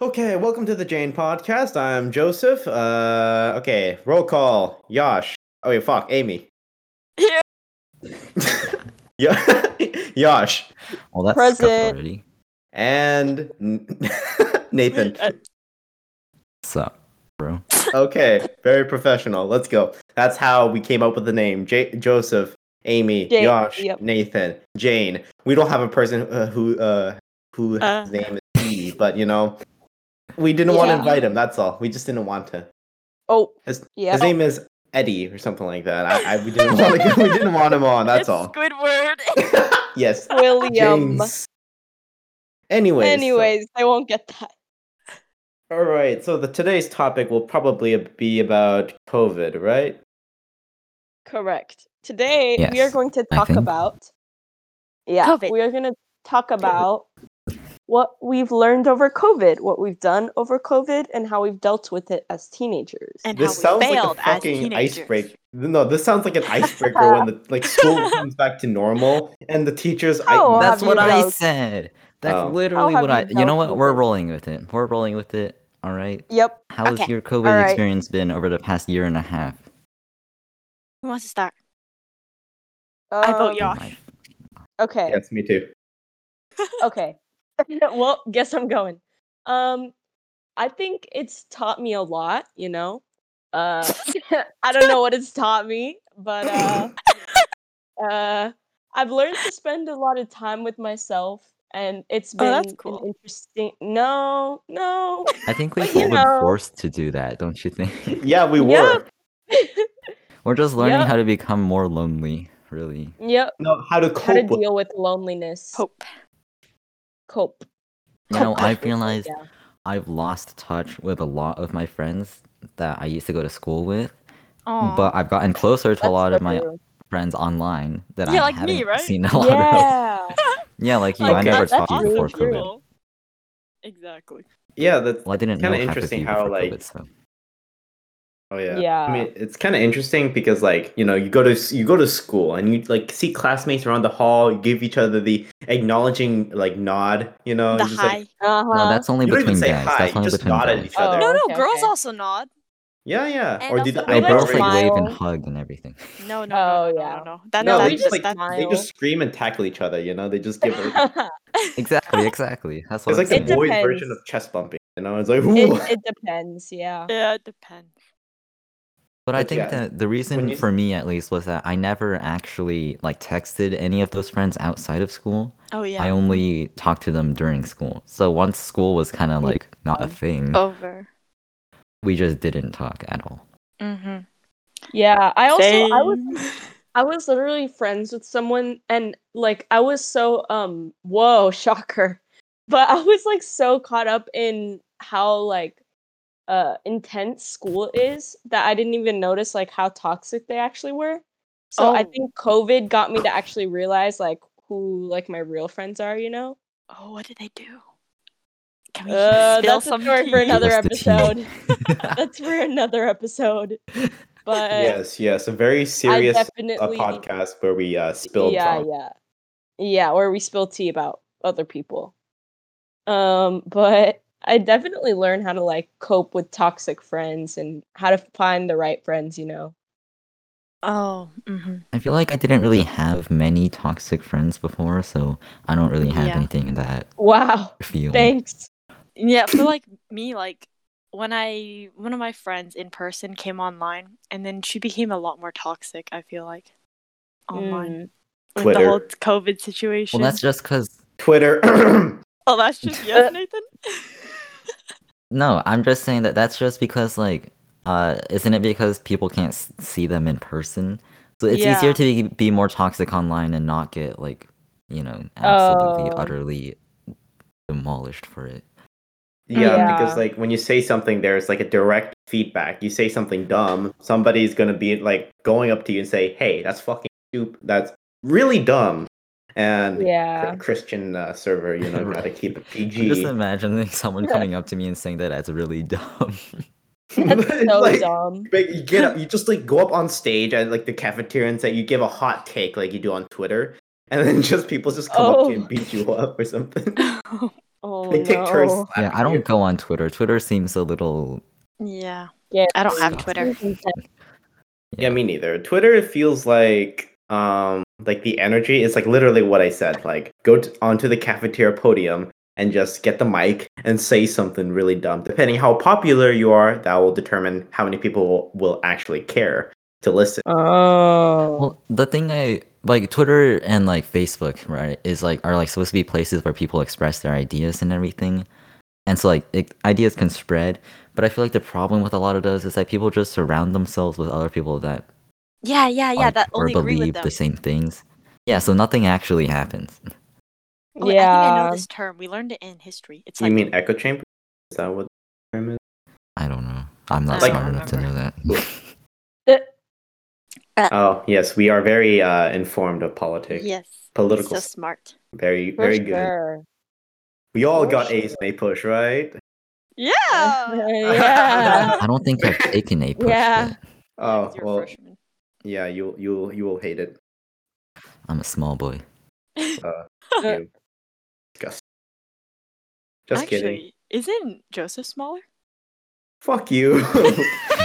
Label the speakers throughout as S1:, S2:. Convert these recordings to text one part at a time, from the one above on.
S1: Okay, welcome to the Jane Podcast. I'm Joseph. Uh, okay, roll call. Yash. Oh wait, fuck. Amy.
S2: Here.
S1: Yeah. Yash
S3: Well, that's
S2: Present.
S3: Present. already.
S1: and N- Nathan.
S2: Uh,
S3: So, bro.
S1: Okay, very professional. Let's go. That's how we came up with the name. J- Joseph, Amy,
S2: Jane,
S1: Yash,
S2: yep.
S1: Nathan, Jane. We don't have a person uh, who uh, who
S2: Uh.
S1: his name is E, but you know, we didn't want to
S2: Yeah.
S1: invite him. That's all. We just didn't want to.
S2: Oh,
S1: His-
S2: yeah.
S1: His name is Eddie or something like that. I, I we didn't want to, we didn't want him
S4: Oh,
S1: on. That's
S2: It's
S1: all.
S2: Squidward.
S1: Yes.
S2: William.
S1: James. Anyways. so-
S2: Anyways, they won't get that.
S1: all right. So the today's topic will probably be about COVID, right?
S2: Correct. Today we are
S3: Yes,
S2: going to
S3: I
S2: talk
S3: think.
S2: about Yeah,
S4: COVID.
S2: we are going to talk about what we've learned over COVID, what we've done over COVID and how we've dealt with it as teenagers.
S4: And
S1: this
S4: how
S1: sounds
S4: we
S1: like
S4: failed
S1: a fucking
S4: as
S1: icebreaker. No, this sounds like an icebreaker when the like school comes back to normal and the teachers.
S2: Oh,
S1: I,
S2: I'll
S3: That's
S2: have
S3: what
S2: you
S3: I
S2: vote.
S3: said. That's
S1: Oh.
S3: literally
S2: I'll
S3: what I.
S2: have you
S3: You know
S2: vote.
S3: what? We're rolling with it. We're rolling with it. All right.
S2: Yep.
S3: How has
S4: Okay,
S3: your COVID
S2: all right.
S3: experience been over the past year and a half?
S4: Who wants to start?
S2: I
S4: vote y'all. Gosh.
S3: My-
S2: um, Okay.
S1: yes, me too.
S2: okay. well, guess I'm going. Um, I think it's taught me a lot. You know, uh, I don't know what it's taught me, but uh, uh, I've learned to spend a lot of time with myself, and it's
S4: Oh,
S2: been
S4: that's
S2: an
S4: cool.
S2: interesting. No, no.
S3: I think
S2: But
S3: we've
S2: you
S3: all
S2: know-
S3: been forced to do that, don't you think?
S1: Yeah, we were.
S2: Yeah.
S3: We're just learning
S2: Yep.
S3: how to become more lonely, really.
S2: yep.
S1: No, how to cope
S2: How to
S1: with
S2: deal with loneliness?
S4: Hope.
S2: Cope.
S3: Now
S2: Cope.
S3: I realized
S2: Yeah.
S3: I've lost touch with a lot of my friends that I used to go to school with,
S4: Oh,
S3: but I've gotten closer to a
S2: That's
S3: lot
S2: so
S3: of my
S2: true.
S3: friends online that
S4: Yeah,
S3: I
S4: like
S3: haven't
S4: me, right?
S3: seen a lot of.
S2: yeah.
S3: Yeah, like you.
S1: Like,
S3: I
S1: Okay.
S3: never
S1: that's
S3: talked to you
S1: awesome.
S3: before COVID.
S4: Exactly.
S1: yeah. That's
S3: Well, I didn't know.
S1: Kinda
S3: half of
S1: interesting
S3: you
S1: how,
S3: before
S1: like,
S3: COVID, so.
S1: Oh yeah.
S2: Yeah.
S1: I mean, it's kind of interesting because like, you know, you go to s- you go to school and you like see classmates around the hall, you give each other the acknowledging like nod, Oh, you know,
S4: the
S1: and just,
S4: high.
S1: Like,
S2: Uh
S3: No,
S2: huh.
S3: that's only
S1: you don't even
S3: between
S1: say
S3: guys.
S1: hi,
S3: That's
S1: you
S3: only
S1: just
S3: between
S1: nod at
S3: guys.
S1: each other.
S2: Oh.
S4: no, no,
S2: okay,
S4: girls
S2: okay.
S4: also nod.
S1: Yeah, yeah.
S4: And
S1: or do
S4: also
S1: the
S4: we
S3: They
S4: like
S1: eyebrow
S3: both like
S2: to
S1: raise.
S2: smile.
S3: wave and hug and everything.
S4: No, no, no,
S2: Oh,
S4: no,
S2: yeah.
S4: no, no. That,
S1: No,
S4: that,
S1: they
S2: that's
S1: just
S4: just,
S1: like
S4: that's,
S2: smile.
S1: they just scream and tackle each other, you know? They just give a,
S3: Exactly, exactly. That's
S1: It's
S3: what
S1: like
S3: I'm
S1: the
S2: It
S3: saying.
S1: boys
S2: depends.
S1: version of chest bumping, you know? It's like, "Ooh."
S2: it, it depends. Yeah.
S4: yeah, it depends.
S3: But I
S1: But
S3: think
S1: yeah,
S3: that the
S1: when
S3: reason
S1: you-
S3: for me at least was that I never actually like texted any of those friends outside of school.
S4: Oh yeah.
S3: I only talked to them during school. So once school was kind of like not a thing,
S4: Over.
S3: we just didn't talk at all.
S4: Mm-hmm.
S2: Yeah. I also I was
S4: Same.
S2: I was literally friends with someone and like I was so um whoa shocker, but I was like so caught up in how like uh intense school is that I didn't even notice like how toxic they actually were. So I
S4: Oh.
S2: think COVID got me to actually realize like who like my real friends are. You know.
S4: Oh, what did they do? Can we
S2: Uh,
S4: spill
S2: that's a
S4: some
S2: story for
S4: tea?
S2: another
S3: What's the tea?
S2: episode. that's for another episode. But
S1: yes, yes, a very serious
S2: I
S1: uh,
S2: definitely
S1: podcast where we uh, spill
S2: yeah,
S1: drama.
S2: yeah, yeah, where we spill tea about other people. Um, but I definitely learned how to like cope with toxic friends and how to find the right friends. You know,
S4: Oh. Mm-hmm.
S3: I feel like I didn't really have many toxic friends before, so I don't really have
S4: Yeah.
S3: anything in that
S2: wow,
S3: field.
S2: thanks.
S4: Yeah, for like me, like when I one of my friends in person came online, and then she became a lot more toxic. I feel like online
S2: Mm.
S4: with
S1: Twitter.
S4: the whole COVID situation.
S3: Well, that's just because.
S1: Twitter.
S4: oh, that's just yes, Nathan.
S3: No, I'm just saying that that's just because, like, uh, isn't it because people can't s- see them in person? So it's
S4: Yeah.
S3: easier to be, be more toxic online and not get, like, you know, absolutely,
S2: Oh.
S3: utterly demolished for it.
S1: Yeah, because
S2: Yeah.
S1: like when you say something, there's like a direct feedback. You say something dumb, somebody's gonna be like going up to you and say, "Hey, that's fucking stupid. That's really dumb." And Chr-
S2: Mm, Yeah,
S1: Christian uh, server, you know, gotta keep it
S3: I'm just
S1: PG.
S3: imagining someone coming up to me and saying that that's really dumb.
S1: It's
S2: so
S1: like,
S2: dumb.
S1: but you get up, you just like go up on stage at like the cafeteria and say you give a hot take like you do on Twitter, and then just people just come up to you
S2: Oh.
S1: and beat you up or something.
S2: Oh Oh
S1: They take
S2: no.
S1: turns.
S3: Yeah,
S1: slapping
S3: I
S1: you.
S3: don't go on Twitter. Twitter seems a little.
S4: Yeah.
S2: Yeah,
S4: I don't have
S3: Stop.
S4: Twitter.
S1: Yeah, me neither. Twitter feels like um like the energy is like literally what I said. Like go t- onto the cafeteria podium and just get the mic and say something really dumb. Depending how popular you are, that will determine how many people will actually care to listen.
S2: Oh.
S3: Well, the thing I like Twitter and like Facebook, right, is like are like supposed to be places where people express their ideas and everything, and so like it, ideas can spread. But I feel like the problem with a lot of those is that people just surround themselves with other people that
S4: Yeah, yeah, yeah.
S3: like,
S4: that
S3: or
S4: only agree with
S3: believe
S4: them.
S3: the same things. Yeah, so nothing actually happens.
S4: Oh, wait, I think I
S2: yeah.
S4: know this term. We learned it in history. It's
S1: You
S4: like
S1: mean echo chamber? Is that what the term is?
S3: I don't know. I'm not
S1: I don't
S3: smart enough to know
S4: remember.
S3: that.
S1: Oh yes, we are very uh informed of politics.
S4: yes,
S1: Political
S4: so
S1: s-
S4: smart.
S1: very
S2: For
S1: very good.
S2: sure.
S1: We all
S2: For
S1: got
S2: sure.
S1: A's in A push, right?
S4: Yeah. Oh.
S2: Oh. yeah.
S3: I don't think I've taken a push
S2: Yeah.
S3: yet.
S1: Oh
S4: You're a
S1: well
S4: freshman.
S1: yeah, you you you will hate it.
S3: I'm a small boy.
S2: Uh,
S1: you. Disgusting. Just
S4: Actually,
S1: kidding.
S4: isn't Joseph smaller?
S1: Fuck you.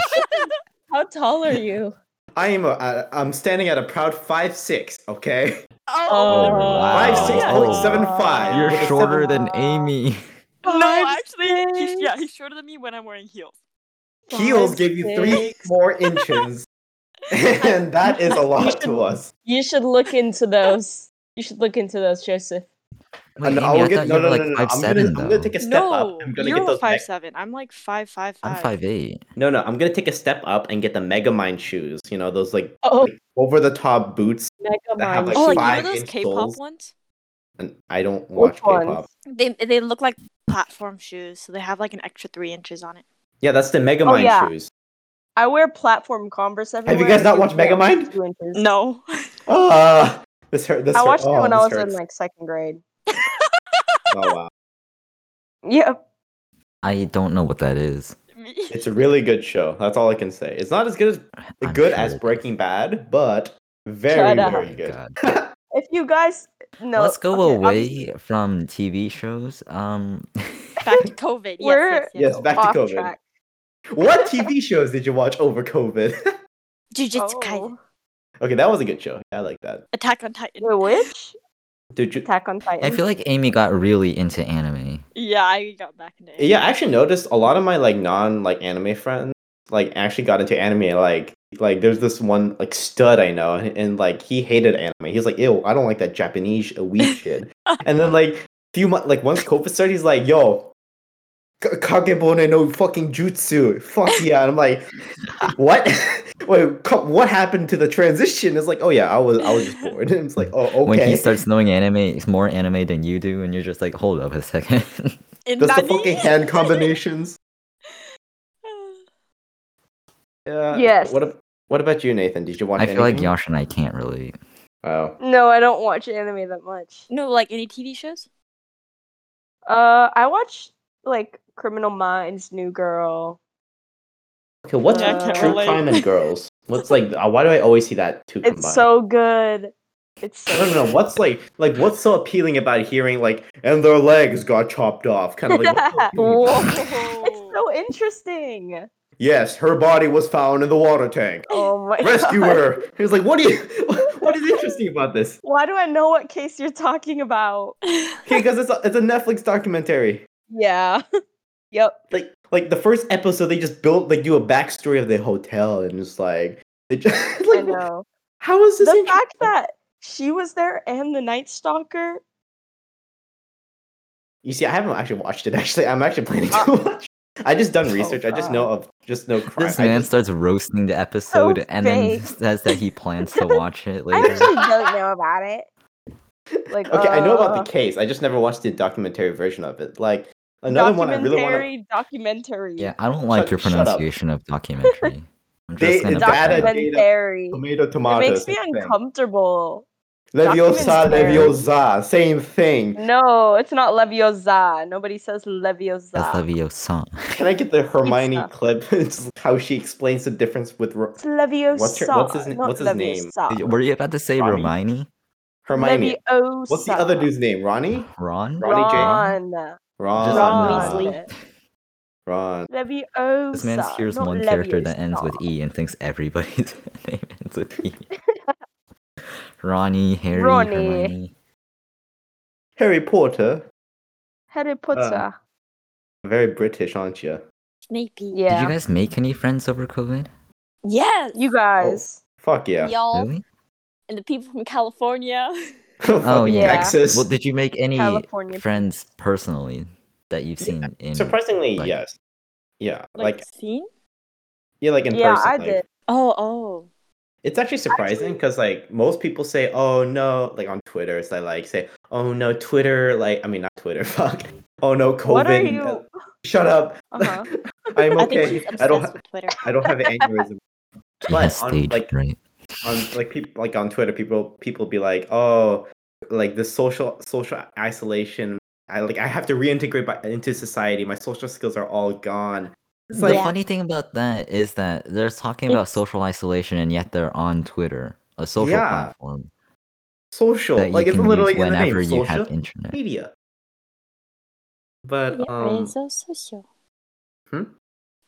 S2: How tall are you?
S1: I am a, I, I'm standing at a proud five six. okay?
S3: Oh, wow.
S1: Five six point seven five.
S2: You're
S1: with Uh, a
S2: shorter
S1: seven-
S2: than Amy.
S4: No,
S2: Five,
S4: actually, he's, yeah,
S2: six.
S4: he's shorter than me when I'm wearing heels.
S1: Heels gave you three
S2: six.
S1: more inches. and that is a lot to us.
S2: You should look into those. You should look into those, Joseph.
S1: And
S3: Wait, Amy,
S1: I will
S3: I
S1: get-
S3: thought you were like five
S1: I'm gonna,
S3: seven
S1: I'm gonna
S3: though.
S1: take a step
S4: No,
S1: up. I'm gonna
S4: you're
S1: get those.
S4: five
S1: Meg-
S4: seven. I'm like five five
S3: I'm
S4: five.
S3: five eight.
S1: no, no, I'm gonna take a step up and get the Megamind shoes. You know those like
S2: Oh,
S1: over the top boots.
S2: mega
S1: That have,
S2: mind.
S1: like,
S4: Oh, like you
S1: five
S4: know those
S1: inch
S4: K-pop
S1: soles.
S4: ones?
S1: And I don't watch
S2: Which ones?
S1: K-pop.
S4: They they look like platform shoes, so they have like an extra three inches on it.
S1: Yeah, that's the Megamind
S2: Oh, yeah.
S1: shoes.
S2: I wear platform Converse everywhere.
S1: you guys not watched
S2: Two inches,
S1: Megamind?
S2: two inches.
S4: No.
S1: Ah, this hurt. This
S2: I
S1: hurt.
S2: watched
S1: oh,
S2: it when I
S1: this
S2: was in
S1: hurts.
S2: like second grade.
S1: Oh wow.
S2: Yep.
S3: I don't know what that is.
S1: It's a really good show. That's all I can say. It's not as good as
S3: I'm
S1: good
S3: sure
S1: as
S3: it is.
S1: Breaking Bad, but very
S2: Shut up.
S1: very
S3: God.
S1: good.
S2: If you guys no
S3: Let's go
S2: okay, I'm-
S3: away from TV shows. Um,
S4: Back to COVID. Yes,
S2: We're-
S4: yes, yes.
S1: Yes, back to
S2: off
S1: COVID.
S2: track.
S1: what TV shows did you watch over COVID?
S4: Jujutsu Kaisen.
S2: Oh.
S1: okay, that was a good show. Yeah, I like that.
S4: Attack on Titan.
S2: Wait, which
S1: Did you?
S2: Attack on Titan?
S3: I feel like Amy got really into anime.
S4: Yeah, I got back into it.
S1: Yeah, I actually noticed a lot of my like non like anime friends like actually got into anime. Like like there's this one like stud I know, and, and like he hated anime. He's like, ew, I don't like that Japanese weeb shit. and then like few months, like once COVID started, he's like, yo. K- Kagebone no fucking jutsu. Fuck yeah. And I'm like, what? Wait, co- what happened to the transition? It's like, oh yeah, I was I was just bored. And it's like, oh okay.
S3: When he starts knowing anime, it's more anime than you do, and you're just like, hold up a second.
S4: In
S1: That's the
S4: Nani?
S1: fucking hand combinations. Yeah.
S2: Yes.
S1: Uh, What ab- What about you, Nathan? Did you watch?
S3: I feel like
S1: anything?
S3: Yosh and I can't relate.
S1: Oh,
S2: no, I don't watch anime that much.
S4: no, like any TV shows?
S2: Uh, I watch like Criminal Minds, New Girl.
S1: okay. What's
S2: Yeah, I
S1: with
S2: can't
S1: true
S4: relate.
S1: crime and girls? What's like? Uh, why do I always see that two combined?
S2: It's so good. It's so
S1: I don't know. What's like? Like, what's so appealing about hearing like, and their legs got chopped off? Kind of like. what's so appealing about that?
S2: it's so interesting.
S1: yes, her body was found in the water tank.
S2: Oh my
S1: Rescue
S2: God.
S1: her. He was like, what do you? What is interesting about this?
S2: Why do I know what case you're talking about?
S1: Okay, because it's a, it's a Netflix documentary.
S2: Yeah. yep.
S1: like like the first episode they just built like do a backstory of the hotel and it's like they just
S2: I
S1: like
S2: know.
S1: how is this
S2: The
S1: inter-
S2: fact that she was there and the Night Stalker.
S1: you see i haven't actually watched it actually i'm actually planning to
S2: Ah.
S1: watch i just
S2: Oh,
S1: done research i just know of just know crime
S3: This
S1: I
S3: man
S1: just-
S3: starts roasting the episode and then
S2: vague.
S3: says that he plans to watch it
S2: I
S3: later.
S2: actually don't know about it. Like
S1: okay i know about
S2: uh,
S1: the case i just never watched the documentary version of it like another one i really want to
S2: documentary, documentary.
S3: yeah, I don't like
S1: Shut-
S3: your
S1: shut up.
S3: pronunciation of documentary. I'm
S1: They-
S3: just gonna
S1: data-
S3: pretend.
S2: documentary.
S1: tomato
S2: It
S1: tomato
S2: makes me
S1: same thing.
S2: uncomfortable.
S1: leviosa
S2: documentary.
S1: leviosa same thing
S2: No, it's not Leviosa. Nobody says Leviosa.
S3: That's Leviosa.
S1: can i get the hermione
S2: Pizza.
S1: clip it's just how she explains the difference with Ro-
S2: It's Leviosa.
S1: What's her- what's his na-
S2: not
S1: what's his name?
S2: Leviosa.
S3: Were you about to say
S1: Ronnie?
S3: Romani?
S1: hermione
S2: Leviosa.
S1: what's the other dude's name ronnie
S3: Ron?
S1: Ronnie James?
S2: Ron.
S1: Ron.
S3: Just
S2: Ron
S3: Ron.
S2: Weasley.
S1: Ron.
S2: Leviosa.
S3: This man hears
S2: not
S3: one character that ends
S2: Leviosa.
S3: with E and thinks everybody's name ends with E. Ronnie, Harry,
S2: Ronnie.
S3: Hermione.
S1: Harry Potter.
S2: Harry
S1: Uh,
S2: Potter.
S1: oh. Very British, aren't you?
S4: Snapey.
S2: yeah.
S3: Did you guys make any friends over COVID?
S4: Yes.
S2: You guys.
S1: Fuck yeah.
S4: Y'all
S3: Really?
S4: and the people from California.
S3: Oh,
S1: Fucking
S2: yeah.
S1: Texas.
S3: Well, did you make any
S2: California.
S3: friends personally that you've
S1: Yeah,
S3: seen in?
S1: Surprisingly,
S3: like-
S1: yes. Yeah, like,
S4: seen?
S1: yeah, like in
S2: yeah,
S1: person.
S2: I
S1: like-
S2: did.
S4: Oh, oh.
S1: It's actually surprising
S2: Actually-
S1: because like most people say, "Oh no," like on Twitter, it's like, like say, "Oh no, Twitter." Like, I mean, not Twitter. Fuck. Oh no, COVID.
S2: What are you?
S1: Shut up.
S2: Uh-huh.
S1: I'm
S4: I think
S1: okay.
S4: she's
S1: I,
S4: obsessed
S1: don't. Ha-
S4: with Twitter.
S1: I don't have an aneurysm.
S3: You
S1: But
S3: had
S1: on,
S3: stage
S1: like-
S3: fright.
S1: on like people like on Twitter, people people be like, "Oh, like this social social isolation. I like I have to reintegrate by, into society. My social skills are all gone." It's
S3: the
S1: like,
S4: Yeah.
S3: funny thing about that is that they're talking about social isolation and yet they're on Twitter, a social
S1: Yeah.
S3: platform
S1: social.
S3: that you
S1: Like it's
S3: can
S1: literally
S3: use
S1: in the name,
S3: whenever you
S1: social
S3: have internet.
S1: media. But um,
S4: so social.
S1: Hmm?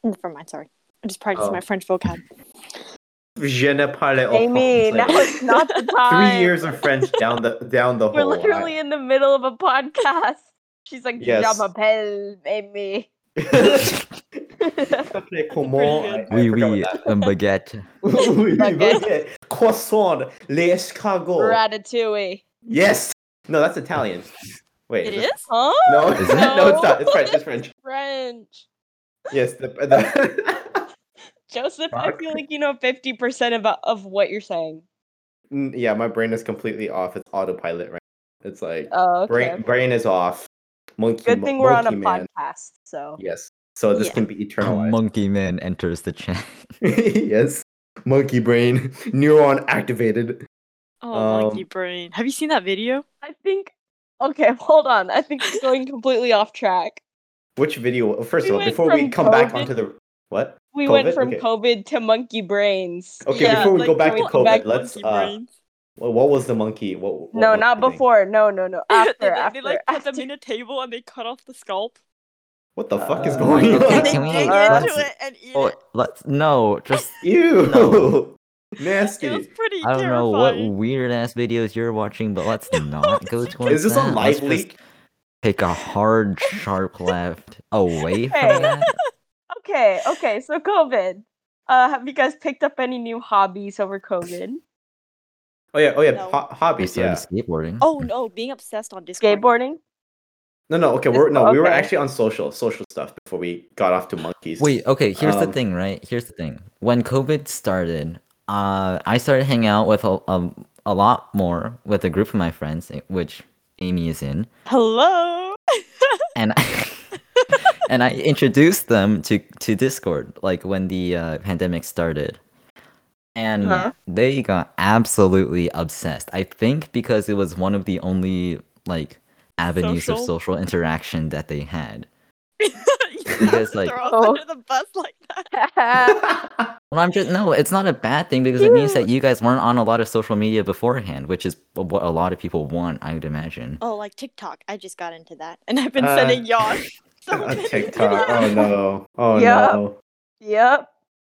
S4: Never mind, sorry. I just practiced
S1: Oh.
S4: my French vocab.
S1: je ne parle au
S3: Oh,
S2: Amy, now
S1: français.
S2: it's not the time.
S1: Three years of French down the down the
S2: We're
S1: hole. I-
S2: literally in the middle of a podcast. She's like,
S1: Yes.
S2: "Je m'appelle Amy."
S1: Après, comment? I- I
S3: Oui,
S1: forgot
S3: oui,
S1: what
S3: un um, baguette.
S1: that- Oui, oui,
S2: Baguette.
S1: baguette. Croissant, les escargots.
S2: Ratatouille.
S1: Yes. No, that's Italian. Wait.
S4: It
S1: that's-
S4: is?
S2: Huh?
S1: No,
S3: Is it?
S1: no, it's not. It's French. It's French.
S2: French.
S1: Yes. The, the
S2: Joseph, I
S1: Fuck.
S2: feel like you know 50% of, of what you're saying.
S1: Mm, yeah, my brain is completely off. It's autopilot right. now. It's like
S2: Oh, okay.
S1: brain brain is off. Monkey.
S2: Good
S1: mo-
S2: thing we're on a
S1: monkey man.
S2: podcast, so.
S1: Yes. So this
S4: Yeah.
S1: can be eternalized.
S3: Monkey man enters the chat.
S1: yes. Monkey brain neuron activated.
S4: Oh,
S1: Um,
S4: monkey brain. Have you seen that video?
S2: I think. Okay, hold on. I think we're going completely off track.
S1: Which video? well, First
S2: We
S1: of all,
S2: went
S1: before we
S2: from
S1: come back
S2: COVID-
S1: onto the what?
S2: We
S1: COVID?
S2: went from
S1: Okay.
S2: COVID to monkey brains.
S1: Okay, before we go back to
S2: we
S1: COVID,
S2: go back
S1: let's.
S4: monkey
S1: Uh,
S4: brain.
S1: wha- what was the monkey? What, what
S2: No,
S1: was
S2: not
S1: the thing?
S2: before. No, no, no. After,
S4: they,
S2: after.
S4: they, like put
S2: after.
S4: them in a table and they cut off the scalp.
S1: What the fuck is
S2: Uh,
S1: going
S2: okay,
S1: on?
S4: and they
S3: can we,
S4: dig
S2: uh,
S4: into it and eat
S3: Oh,
S4: it.
S3: let's no, just
S1: Ew,
S3: No.
S4: It was
S1: nasty.
S4: pretty
S3: I don't know what
S4: terrifying.
S3: weird ass videos you're watching, but let's not go towards
S1: Is this
S3: that.
S1: on
S3: Let's
S1: live leak?
S3: just Take a hard, sharp left away
S2: Hey.
S3: from that.
S2: Okay, okay. So COVID. Uh, have you guys picked up any new hobbies over COVID?
S1: Oh yeah, oh yeah,
S4: No.
S1: ho-
S3: We
S1: hobbies.
S3: started
S1: Yeah.
S3: skateboarding.
S4: Oh no, being obsessed on Discord.
S2: Skateboarding.
S1: No, no. Okay, we're no, we were
S2: Okay.
S1: actually on social social stuff before we got off to monkeys.
S3: Wait, okay, here's the
S1: Um,
S3: thing, right? Here's the thing. When COVID started, uh, I started hanging out with a, a, a lot more with a group of my friends, eh, which Amy is in,
S4: Hello.
S3: and I, and I introduced them to, to Discord, like when the uh, pandemic started. And
S2: Huh.
S3: they got absolutely obsessed. I think because it was one of the only like avenues of
S4: Social.
S3: social interaction that they had.
S4: you have
S3: guys,
S4: to
S3: like-
S4: throw us
S2: Oh.
S4: under the bus like that.
S2: Uh,
S3: Well, I'm just no. It's not a bad thing because it means that you guys weren't on a lot of social media beforehand, which is what a lot of people want, I would imagine.
S4: Oh, like TikTok. I just got into that, and I've been
S1: Uh,
S4: sending Yosh. So
S1: on
S4: many
S1: TikTok.
S4: videos.
S1: Oh no. Oh
S2: Yeah.
S1: no.
S2: yep.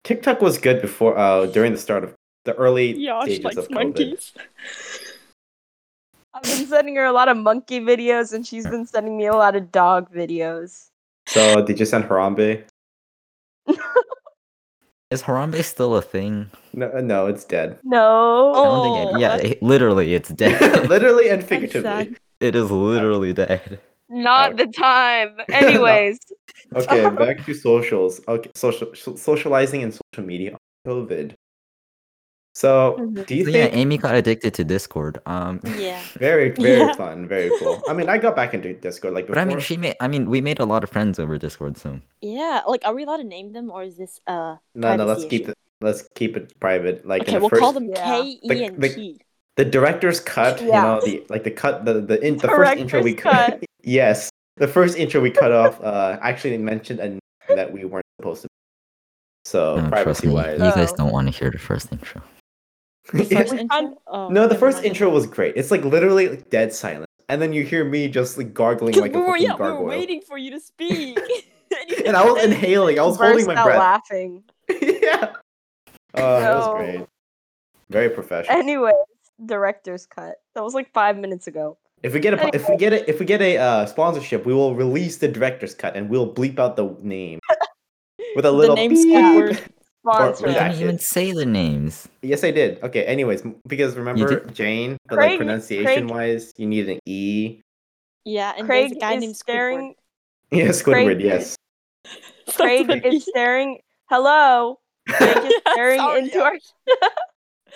S1: TikTok was good before uh during the start of the early
S4: Yosh
S1: stages of
S4: likes
S1: COVID.
S4: monkeys.
S2: I've been sending her a lot of monkey videos, and she's been sending me a lot of dog videos.
S1: So did you send Harambe?
S3: Is Harambe still a thing?
S1: No, uh, no, it's dead.
S2: No.
S3: I don't think
S4: Oh,
S3: it, yeah,
S4: that's-
S3: it- literally, it's dead.
S1: Literally and
S4: sad.
S1: figuratively.
S3: it is literally dead.
S2: Not the time. Anyways,
S1: Okay, back to socials. Okay, social so- socializing and social media. COVID. So
S4: Mm-hmm.
S2: Mhm.
S1: do you
S3: So yeah,
S1: think
S3: Amy got addicted to Discord. Um,
S4: Yeah.
S1: very very
S4: Yeah.
S1: fun, very cool. I mean, I got back into Discord like before.
S3: but I mean, she made. I mean, we made a lot of friends over Discord. So
S4: Yeah, like are we allowed to name them or is this uh
S1: no, no, let's
S4: privacy
S1: keep
S4: issue.
S1: it. Let's keep it private. Like in
S4: Okay,
S1: the
S4: we'll
S1: first,
S4: call them
S2: Yeah.
S4: K E and
S1: The- the-
S4: T.
S1: the director's cut.
S2: Yeah.
S1: You know, the like the cut, the the, in, the first intro we
S2: Director's cut.
S1: yes, the first intro we cut off. Uh, actually mentioned a name that we weren't supposed to. So
S3: no, Oh, trust
S1: privacy
S3: me,
S1: wise,
S3: you guys
S2: Oh.
S3: don't want to hear the first intro.
S4: Uh, The first
S2: we
S4: intro?
S2: can't-
S4: Oh,
S1: No, the
S4: never
S1: first
S4: mind.
S1: intro was great. It's like literally like, dead silence. and then you hear me just like gargling
S4: 'Cause
S1: like a
S4: we were,
S1: fucking
S4: yeah, we were
S1: gargoyle.
S4: waiting for you to speak. and, you
S1: and I was
S4: didn't.
S1: inhaling. I was holding
S2: Burst
S1: my
S2: out
S1: breath.
S2: laughing.
S1: yeah. Oh, that was
S2: No.
S1: great. Very professional.
S2: Anyways, director's cut. That was like five minutes ago.
S1: if we get a if we
S2: anyway.
S1: get a if we get a uh, sponsorship, we will release the director's cut and we'll bleep out the name with a little
S4: the name
S1: beep.
S4: squad.
S1: Or-
S3: You
S1: or
S2: Sponsor.
S1: that-
S3: didn't even say the names.
S1: Yes, I did. Okay. Anyways, m- because remember Jane, but like
S2: Craig-
S1: pronunciation wise, you need an e.
S4: Yeah, and there's
S2: Craig
S4: a guy
S2: is
S4: named
S2: staring.
S4: Squidward.
S1: Yeah, Squidward.
S2: Craig-
S1: Yes.
S4: Starts
S2: Craig
S4: with an E.
S2: is staring. Hello. Craig is
S4: Yeah,
S2: staring
S4: sorry,
S2: into
S4: yeah.
S2: our.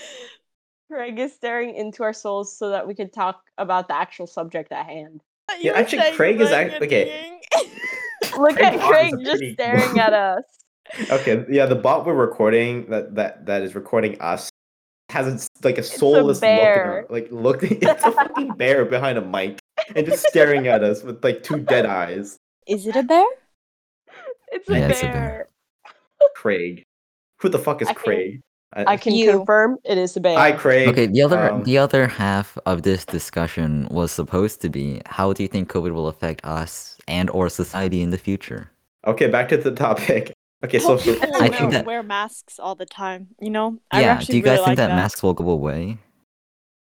S2: Craig is staring into our souls so that we can talk about the actual subject at hand.
S4: You
S1: Yeah,
S4: were
S1: actually,
S4: saying
S1: Craig is
S4: like
S1: act-
S4: an
S1: okay.
S4: ing.
S2: Look
S1: Craig
S2: at
S1: Bond is
S2: Craig
S1: a
S2: just
S1: pretty-
S2: staring at us.
S1: Okay. Yeah, the bot we're recording that that that is recording us has a s like a
S2: a
S1: soulless look, in
S2: bear.
S1: her- like look. It's a fucking bear behind a mic and just staring at us with like two dead eyes.
S4: Is it a bear?
S2: It's a
S3: Yeah,
S2: bear.
S3: it's a bear.
S1: Craig, who the fuck is
S2: I can-
S1: Craig?
S2: I can
S4: You.
S2: confirm it is a bear.
S1: Hi, Craig.
S3: Okay, the other
S1: um,
S3: the other half of this discussion was supposed to be how do you think COVID will affect us and or society in the future?
S1: Okay, back to the topic. Okay, so,
S4: Well,
S1: so
S4: people
S3: I think
S4: now
S3: that-
S4: wear masks all the time. You know,
S3: yeah, do you guys
S4: really
S3: think
S4: like
S3: that, masks will go away?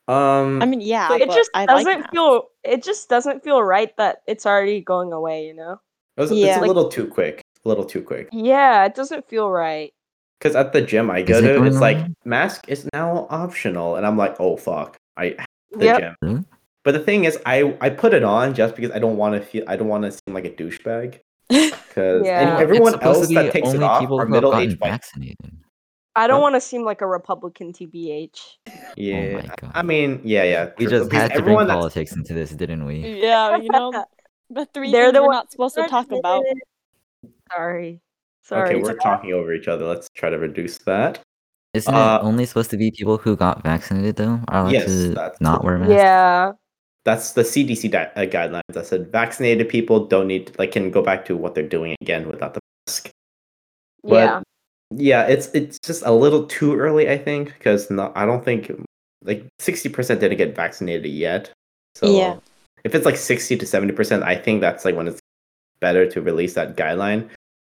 S1: um,
S4: I mean, yeah,
S2: So it
S4: but
S2: just
S4: I like
S2: doesn't
S4: masks.
S2: feel. It just doesn't feel right that it's already going away. You know.
S1: it was-
S4: yeah.
S1: it's a little too quick. A little too quick.
S2: Yeah, it doesn't feel right.
S1: Because at the gym I go
S3: Is it
S1: to,
S3: going
S1: it's like
S3: on?
S1: mask is now optional, and I'm like, oh fuck, I hate the
S2: Yep.
S1: gym.
S3: Really?
S1: But the thing is, I I put it on just because I don't want to feel I don't want to seem like a douchebag. Because
S2: Yeah. Well, it's
S1: everyone
S3: supposed
S1: else
S3: to
S1: that
S3: be
S1: takes it
S3: only
S1: off
S3: people
S1: are
S3: who have
S1: middle
S3: gotten
S1: aged white.
S3: vaccinated.
S2: I
S1: Huh?
S2: don't want to seem like a Republican, tbh.
S1: Yeah,
S3: Oh my God.
S1: I mean, yeah, yeah.
S3: We
S1: true.
S3: just
S1: Because
S3: had to bring
S1: everyone that's-
S3: politics into this, didn't we?
S4: yeah, you know, the three
S2: They're
S4: things
S2: the
S4: we're not
S2: ones
S4: supposed to talk about.
S2: Sorry, sorry.
S1: okay, we're talking over each other. Let's try to reduce that.
S3: Isn't
S1: Uh,
S3: it only supposed to be people who got vaccinated though? Are allowed
S1: Yes,
S3: to
S1: that's-
S3: not wear masks?
S2: yeah,
S1: That's the CDC di- uh, guidelines that said vaccinated people don't need like can go back to what they're doing again without the mask. But
S2: yeah.
S1: yeah, it's it's just a little too early, I think, because not I don't think like sixty percent didn't get vaccinated yet. So
S4: Yeah.
S1: if it's like sixty to seventy percent, I think that's like when it's better to release that guideline.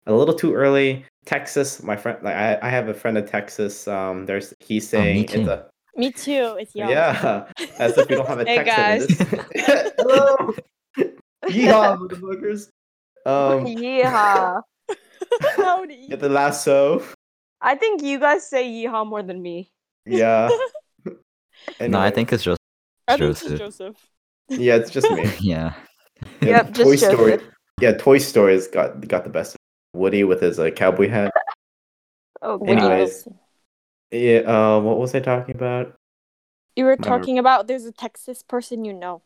S1: A little too early. Texas, my friend, like I, I have a friend in Texas. Um, there's he's
S3: Oh, me
S1: saying it's
S3: too.
S1: a
S4: Me too. It's yellow.
S1: yeah. As if we don't have a
S2: Hey,
S1: Texan. in this- Hello. Yeehaw, motherfuckers. Um,
S2: yeehaw.
S4: Howdy.
S1: get the lasso.
S2: I think you guys say yeehaw more than me.
S1: Yeah.
S3: No, I
S1: Anyway.
S3: think it's just
S4: I think it's
S3: Joseph.
S4: Joseph.
S1: Yeah, it's just me.
S3: yeah.
S1: Yeah,
S2: Yep, just
S1: Toy Story.
S2: Joseph.
S1: Yeah, Toy Story's got got the best. Woody with his uh, cowboy hat.
S2: Oh,
S4: Woody
S1: Anyways.
S2: God.
S4: Wilson.
S1: Yeah. Uh, what was I talking about?
S4: You were
S1: Remember.
S4: talking about there's a Texas person you know.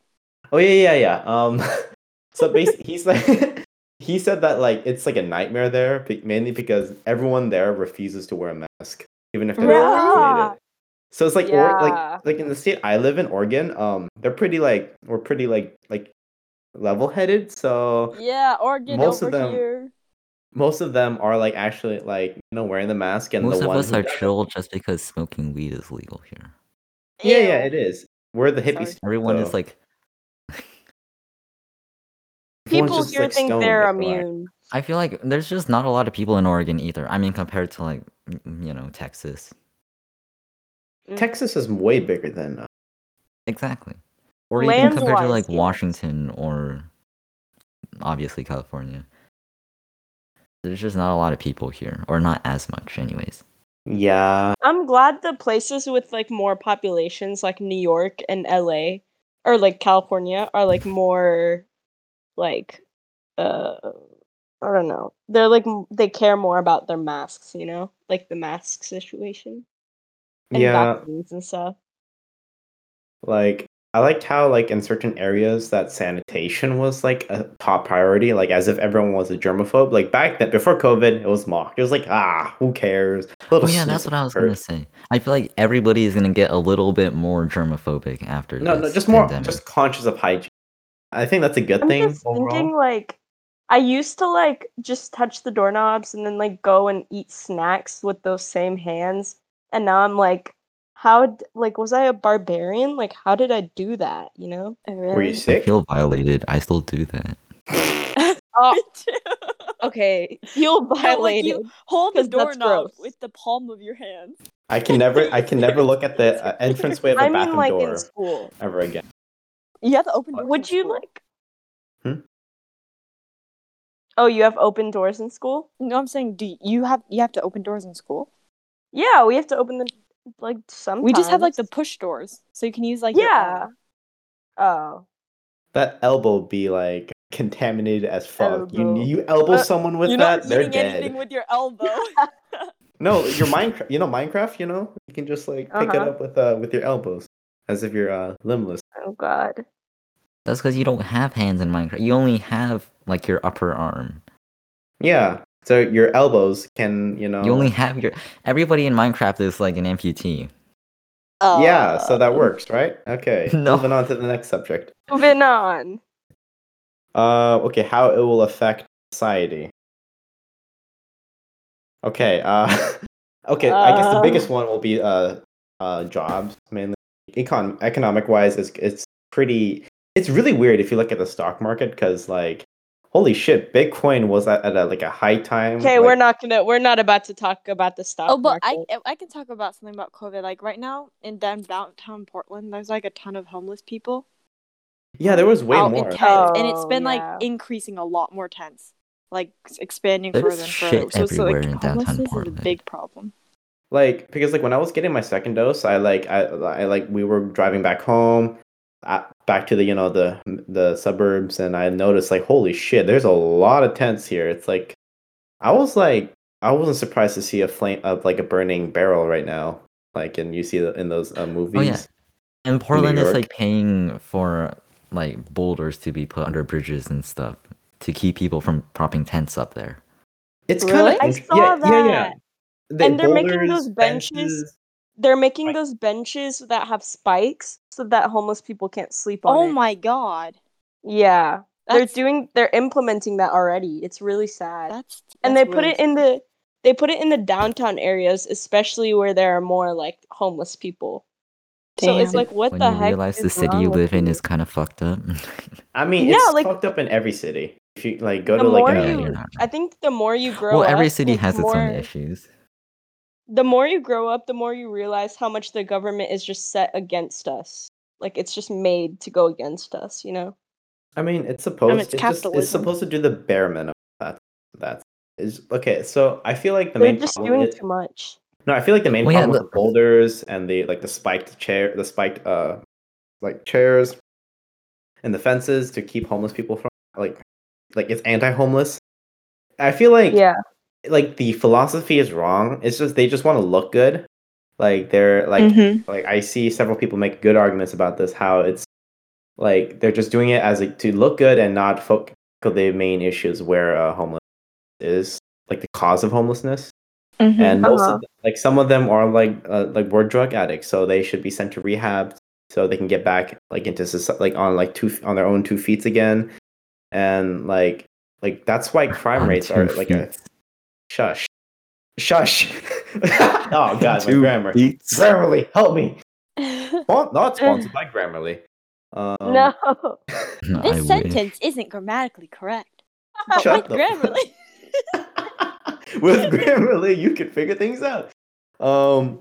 S1: Oh yeah, yeah, yeah. Um, so basically, he's like, he said that like it's like a nightmare there, be- mainly because everyone there refuses to wear a mask, even if they're not
S2: Yeah.
S1: vaccinated. So it's like, or,
S2: Yeah.
S1: like, like in the state I live in, Oregon, um, they're pretty like we're pretty like like level-headed. So
S4: Yeah, Oregon
S1: Most
S4: over
S1: of them-
S4: here.
S1: most of them are like actually like you know wearing the mask, and
S3: Most
S1: the
S3: of
S1: one
S3: us
S1: who
S3: are
S1: doesn't-
S3: chill just because smoking weed is legal here.
S1: yeah, yeah,
S4: Ew.
S1: it is. We're the
S4: Sorry.
S1: hippies.
S3: Everyone
S1: so
S3: is like
S1: everyone's
S2: People
S1: just,
S2: here
S1: like,
S2: think
S1: stoned
S2: they're
S1: and relaxed.
S2: immune.
S3: I feel like there's just not a lot of people in Oregon either. I mean, compared to like m- you know Texas,
S1: Texas is way bigger than uh,
S3: exactly, or even compared to
S2: Lands-wise,
S3: like
S2: yes.
S3: Washington or obviously California. There's just not a lot of people here, or not as much, anyways.
S1: yeah.
S2: I'm glad the places with like more populations, like New York and LA, or like California, are like more, like, uh, I don't know. They're like m- they care more about their masks, you know, like the mask situation and
S1: Yeah,
S2: vaccines and stuff.
S1: like i liked how like in certain areas that sanitation was like a top priority like as if everyone was a germaphobe like back then before covid it was mocked it was like ah who cares
S3: Oh
S1: Little
S3: yeah, that's
S1: snippet
S3: what I was
S1: hurt.
S3: gonna say. I feel like everybody is gonna get a little bit more germophobic after
S1: no no
S3: this
S1: just more
S3: pandemic.
S1: just conscious of hygiene i think that's a good
S2: I'm
S1: thing
S2: just
S1: overall.
S2: thinking like I used to like just touch the doorknobs and then like go and eat snacks with those same hands, and now I'm like how d- like was I a barbarian? Like how did I do that? You know?
S1: Were you
S3: I
S1: sick?
S3: feel violated. I still do that.
S2: Oh,
S4: Dude.
S2: okay. Heel violated.
S4: Hold the
S2: 'Cause that's
S4: doorknob
S2: gross.
S4: with the palm of your hand.
S1: I can never, I can never look at the uh, entranceway of a
S2: I mean,
S1: bathroom
S2: like
S1: door
S2: in school.
S1: ever again.
S4: You have to
S1: Oh,
S4: open doors.
S2: Would
S4: in
S2: you
S4: school.
S2: like?
S1: Hmm?
S2: Oh, you have open doors in school?
S4: No, I'm saying, do you have you have to open doors in school?
S2: Yeah, we have to open the like sometimes.
S4: We just have like the push doors, so you can use like your
S2: yeah.
S4: arm.
S2: Oh,
S1: That elbow be like contaminated as fuck.
S2: Elbow.
S1: You you elbow
S2: Uh,
S1: someone with
S4: You're
S1: that,
S4: not
S1: they're
S4: hitting
S1: dead.
S4: anything with your elbow.
S1: No, your Minecraft. You know Minecraft. You know you can just like pick it
S2: Uh-huh.
S1: up with uh with your elbows, as if you're uh limbless.
S2: oh god.
S3: That's because you don't have hands in Minecraft. You only have like your upper arm.
S1: Yeah. So your elbows can you know.
S3: You only have your. Everybody in Minecraft is like an amputee.
S4: Uh,
S1: yeah. So that works, right? Okay.
S3: No.
S1: Moving on to the next subject.
S2: Moving on.
S1: Uh. Okay. How it will affect society. Okay. Uh. okay. I guess the
S2: Um.
S1: biggest one will be uh uh jobs mainly. Econ economic wise is it's pretty. It's really weird if you look at the stock market because like. Holy shit! Bitcoin was at, at a, like a high time.
S2: Okay,
S1: like,
S2: we're not gonna. We're not about to talk about the stock
S4: Oh, but I
S2: market.
S4: I can talk about something about COVID. Like right now in down- downtown Portland, there's like a ton of homeless people
S1: Yeah, there was way
S4: out
S1: more.
S4: in tents, and it's
S2: Oh,
S4: been
S2: yeah.
S4: like increasing a lot more tents, like s- expanding
S3: There's
S4: further and further.
S3: shit
S4: So, so like
S3: everywhere in downtown
S4: homelessness is a
S3: Portland.
S4: big problem.
S1: like because like when I was getting my second dose, I like I, I like we were driving back home, uh back to the you know the the suburbs, and I noticed like holy shit, there's a lot of tents here. It's like I was like I wasn't surprised to see a flame of like a burning barrel right now, like and you see the, in those uh, movies.
S3: And Portland is
S1: York.
S3: like paying for like boulders to be put under bridges and stuff to keep people from propping tents up there.
S1: It's
S4: Really?
S1: kind of
S2: I saw that.
S1: The
S2: And they're making those benches- They're making
S1: Right.
S2: those benches that have spikes so that homeless people can't sleep on.
S4: Oh
S2: it.
S4: my god,
S2: Yeah,
S4: that's,
S2: they're doing. They're implementing that already. It's really sad.
S4: that's,
S2: and they
S4: that's
S2: put
S4: really
S2: it in the. They put it in the downtown areas, especially where there are more like homeless people. So it's
S4: Damn.
S2: like, what
S3: when
S2: the
S3: you
S2: heck?
S3: realize the
S2: is
S3: city
S2: wrong
S3: you
S2: with
S3: live in
S2: you?
S3: is kind of fucked up.
S1: I mean,
S2: Yeah,
S1: it's
S2: like-
S1: fucked up in every city. If you like go
S2: The
S1: to
S2: more
S1: like
S3: Yeah,
S1: a,
S2: you-
S3: you're not
S2: I think the more you grow
S3: Well,
S2: up,
S3: every city
S2: like,
S3: has its
S2: more-
S3: own issues.
S2: The more you grow up, the more you realize how much the government is just set against us. Like it's just made to go against us, you know?
S1: I mean, it's supposed
S4: it's
S1: it's, just,
S4: capitalism.
S1: it's supposed to do the bare minimum. That's that's is okay. So I feel like the
S2: They're
S1: main
S2: just
S1: problem
S2: doing
S1: is-
S2: too much.
S1: no, I feel like the main
S3: Well, yeah,
S1: problem with
S3: the-
S1: the boulders and the like the spiked chair, the spiked uh, like chairs, and the fences to keep homeless people from like like it's anti-homeless. I feel like
S2: Yeah.
S1: like the philosophy is wrong. It's just they just want to look good. Like they're like
S2: Mm-hmm,
S1: like I see several people make good arguments about this how it's like they're just doing it as like to look good and not focus on the main issues where uh, homelessness is like the cause of homelessness
S4: Mm-hmm.
S1: and most
S2: Uh-huh.
S1: of them, like some of them are like uh, like were drug addicts so they should be sent to rehab so they can get back like into society like on like two on their own two feet again and like like that's why crime
S3: On
S1: rates
S3: two
S1: are like a
S3: feet.
S1: shush shush oh god my
S3: Two
S1: grammar
S3: feet.
S1: Grammarly, help me. Spon- Not
S2: sponsored
S1: by Grammarly. Um,
S2: Mm. no.
S3: No, I
S4: This
S3: wish.
S4: sentence isn't grammatically correct. But
S1: Shut
S4: with
S1: the-
S4: Grammarly,
S1: With Grammarly, you can figure things out. Um.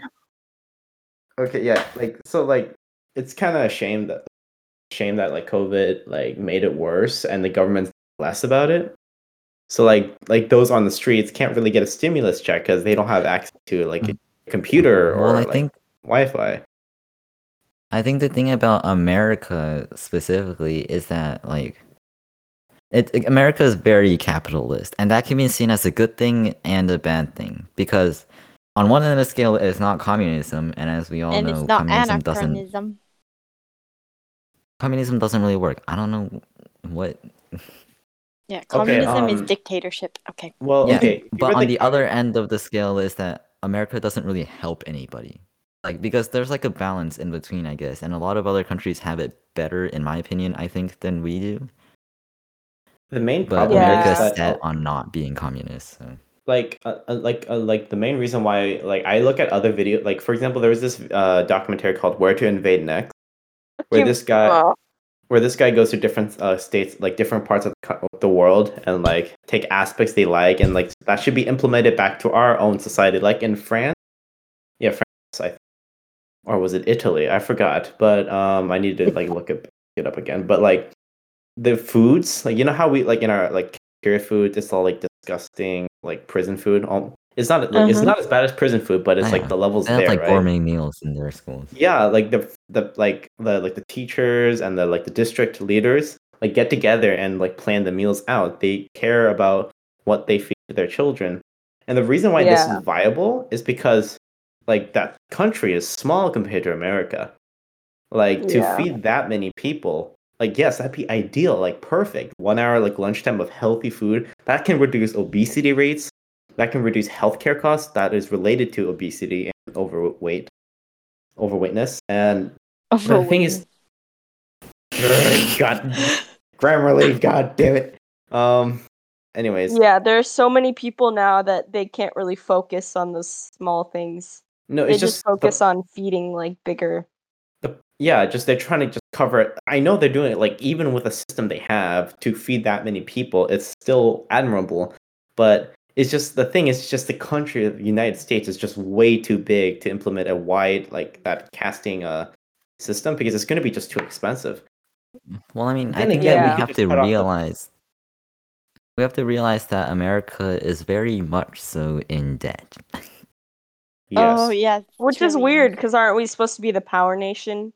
S1: Okay, yeah, like so, like it's kind of a shame that shame that like COVID like made it worse, and the government's less about it. So like like those on the streets can't really get a stimulus check because they don't have access to like a computer or
S3: Mm. Well, I
S1: like,
S3: think
S1: Wi-Fi.
S3: I think the thing about America specifically is that like it it- America is very capitalist and that can be seen as a good thing and a bad thing because on one end of the scale it's not communism and as we all
S4: and
S3: know
S4: it's not
S3: communism doesn't
S4: anachronism.
S3: communism doesn't really work. I don't know what
S4: Yeah, communism is
S1: um,
S4: dictatorship. Okay.
S1: Well,
S3: Yeah,
S1: Oh, okay,
S3: but
S1: you're
S3: on the other end of the scale is that America doesn't really help anybody. Like because there's like a balance in between, I guess, and a lot of other countries have it better, in my opinion, I think, than we do.
S1: the main
S3: But
S1: problem
S2: Yeah.
S1: is
S3: America's
S1: that
S3: set on not being communist. So.
S1: like uh, uh, like uh, like the main reason why like I look at other video like for example there was this uh documentary called Where to Invade Next where this guy
S2: Wow.
S1: where this guy goes to different uh, states like different parts of the, co- of the world and like take aspects they like and like that should be implemented back to our own society like in France yeah France I think or was it Italy I forgot but um I need to like look it, it up again but like the foods like you know how we like in our like cafeteria food it's all like disgusting like prison food all it's not like, it's
S2: Uh-huh.
S1: not as bad as prison food but it's
S3: I
S1: like
S3: know.
S1: the levels
S3: They have
S1: there
S3: like
S1: right?
S3: gourmet meals in their schools.
S1: yeah like the the like the like the teachers and the like the district leaders like get together and like plan the meals out they care about what they feed their children and the reason why this
S2: Yeah.
S1: is viable is because like that country is small compared to america like to
S2: Yeah.
S1: feed that many people like yes that'd be ideal like perfect one hour like lunchtime of healthy food that can reduce obesity rates that can reduce healthcare costs that is related to obesity and overweight overweightness and
S4: Oh,
S1: the thing is god grammarly god damn it um anyways
S2: Yeah, there are so many people now that they can't really focus on those small things.
S1: no
S2: They
S1: it's
S2: just,
S1: just
S2: focus
S1: the-
S2: on feeding like bigger.
S1: the- yeah just they're trying to just cover it i know they're doing it like even with a system they have to feed that many people it's still admirable but it's just the thing is just the country of the united states is just way too big to implement a wide like that casting uh system because it's going to be just too expensive
S3: Well, I mean, I
S1: Then
S3: think
S2: again,
S3: that we
S2: we
S1: could
S3: have
S1: just
S3: to
S1: cut off the-
S3: realize we have to realize that America is very much so in debt.
S1: yes
S4: Oh yeah,
S2: Which is
S4: Really?
S2: weird because aren't we supposed to be the power nation?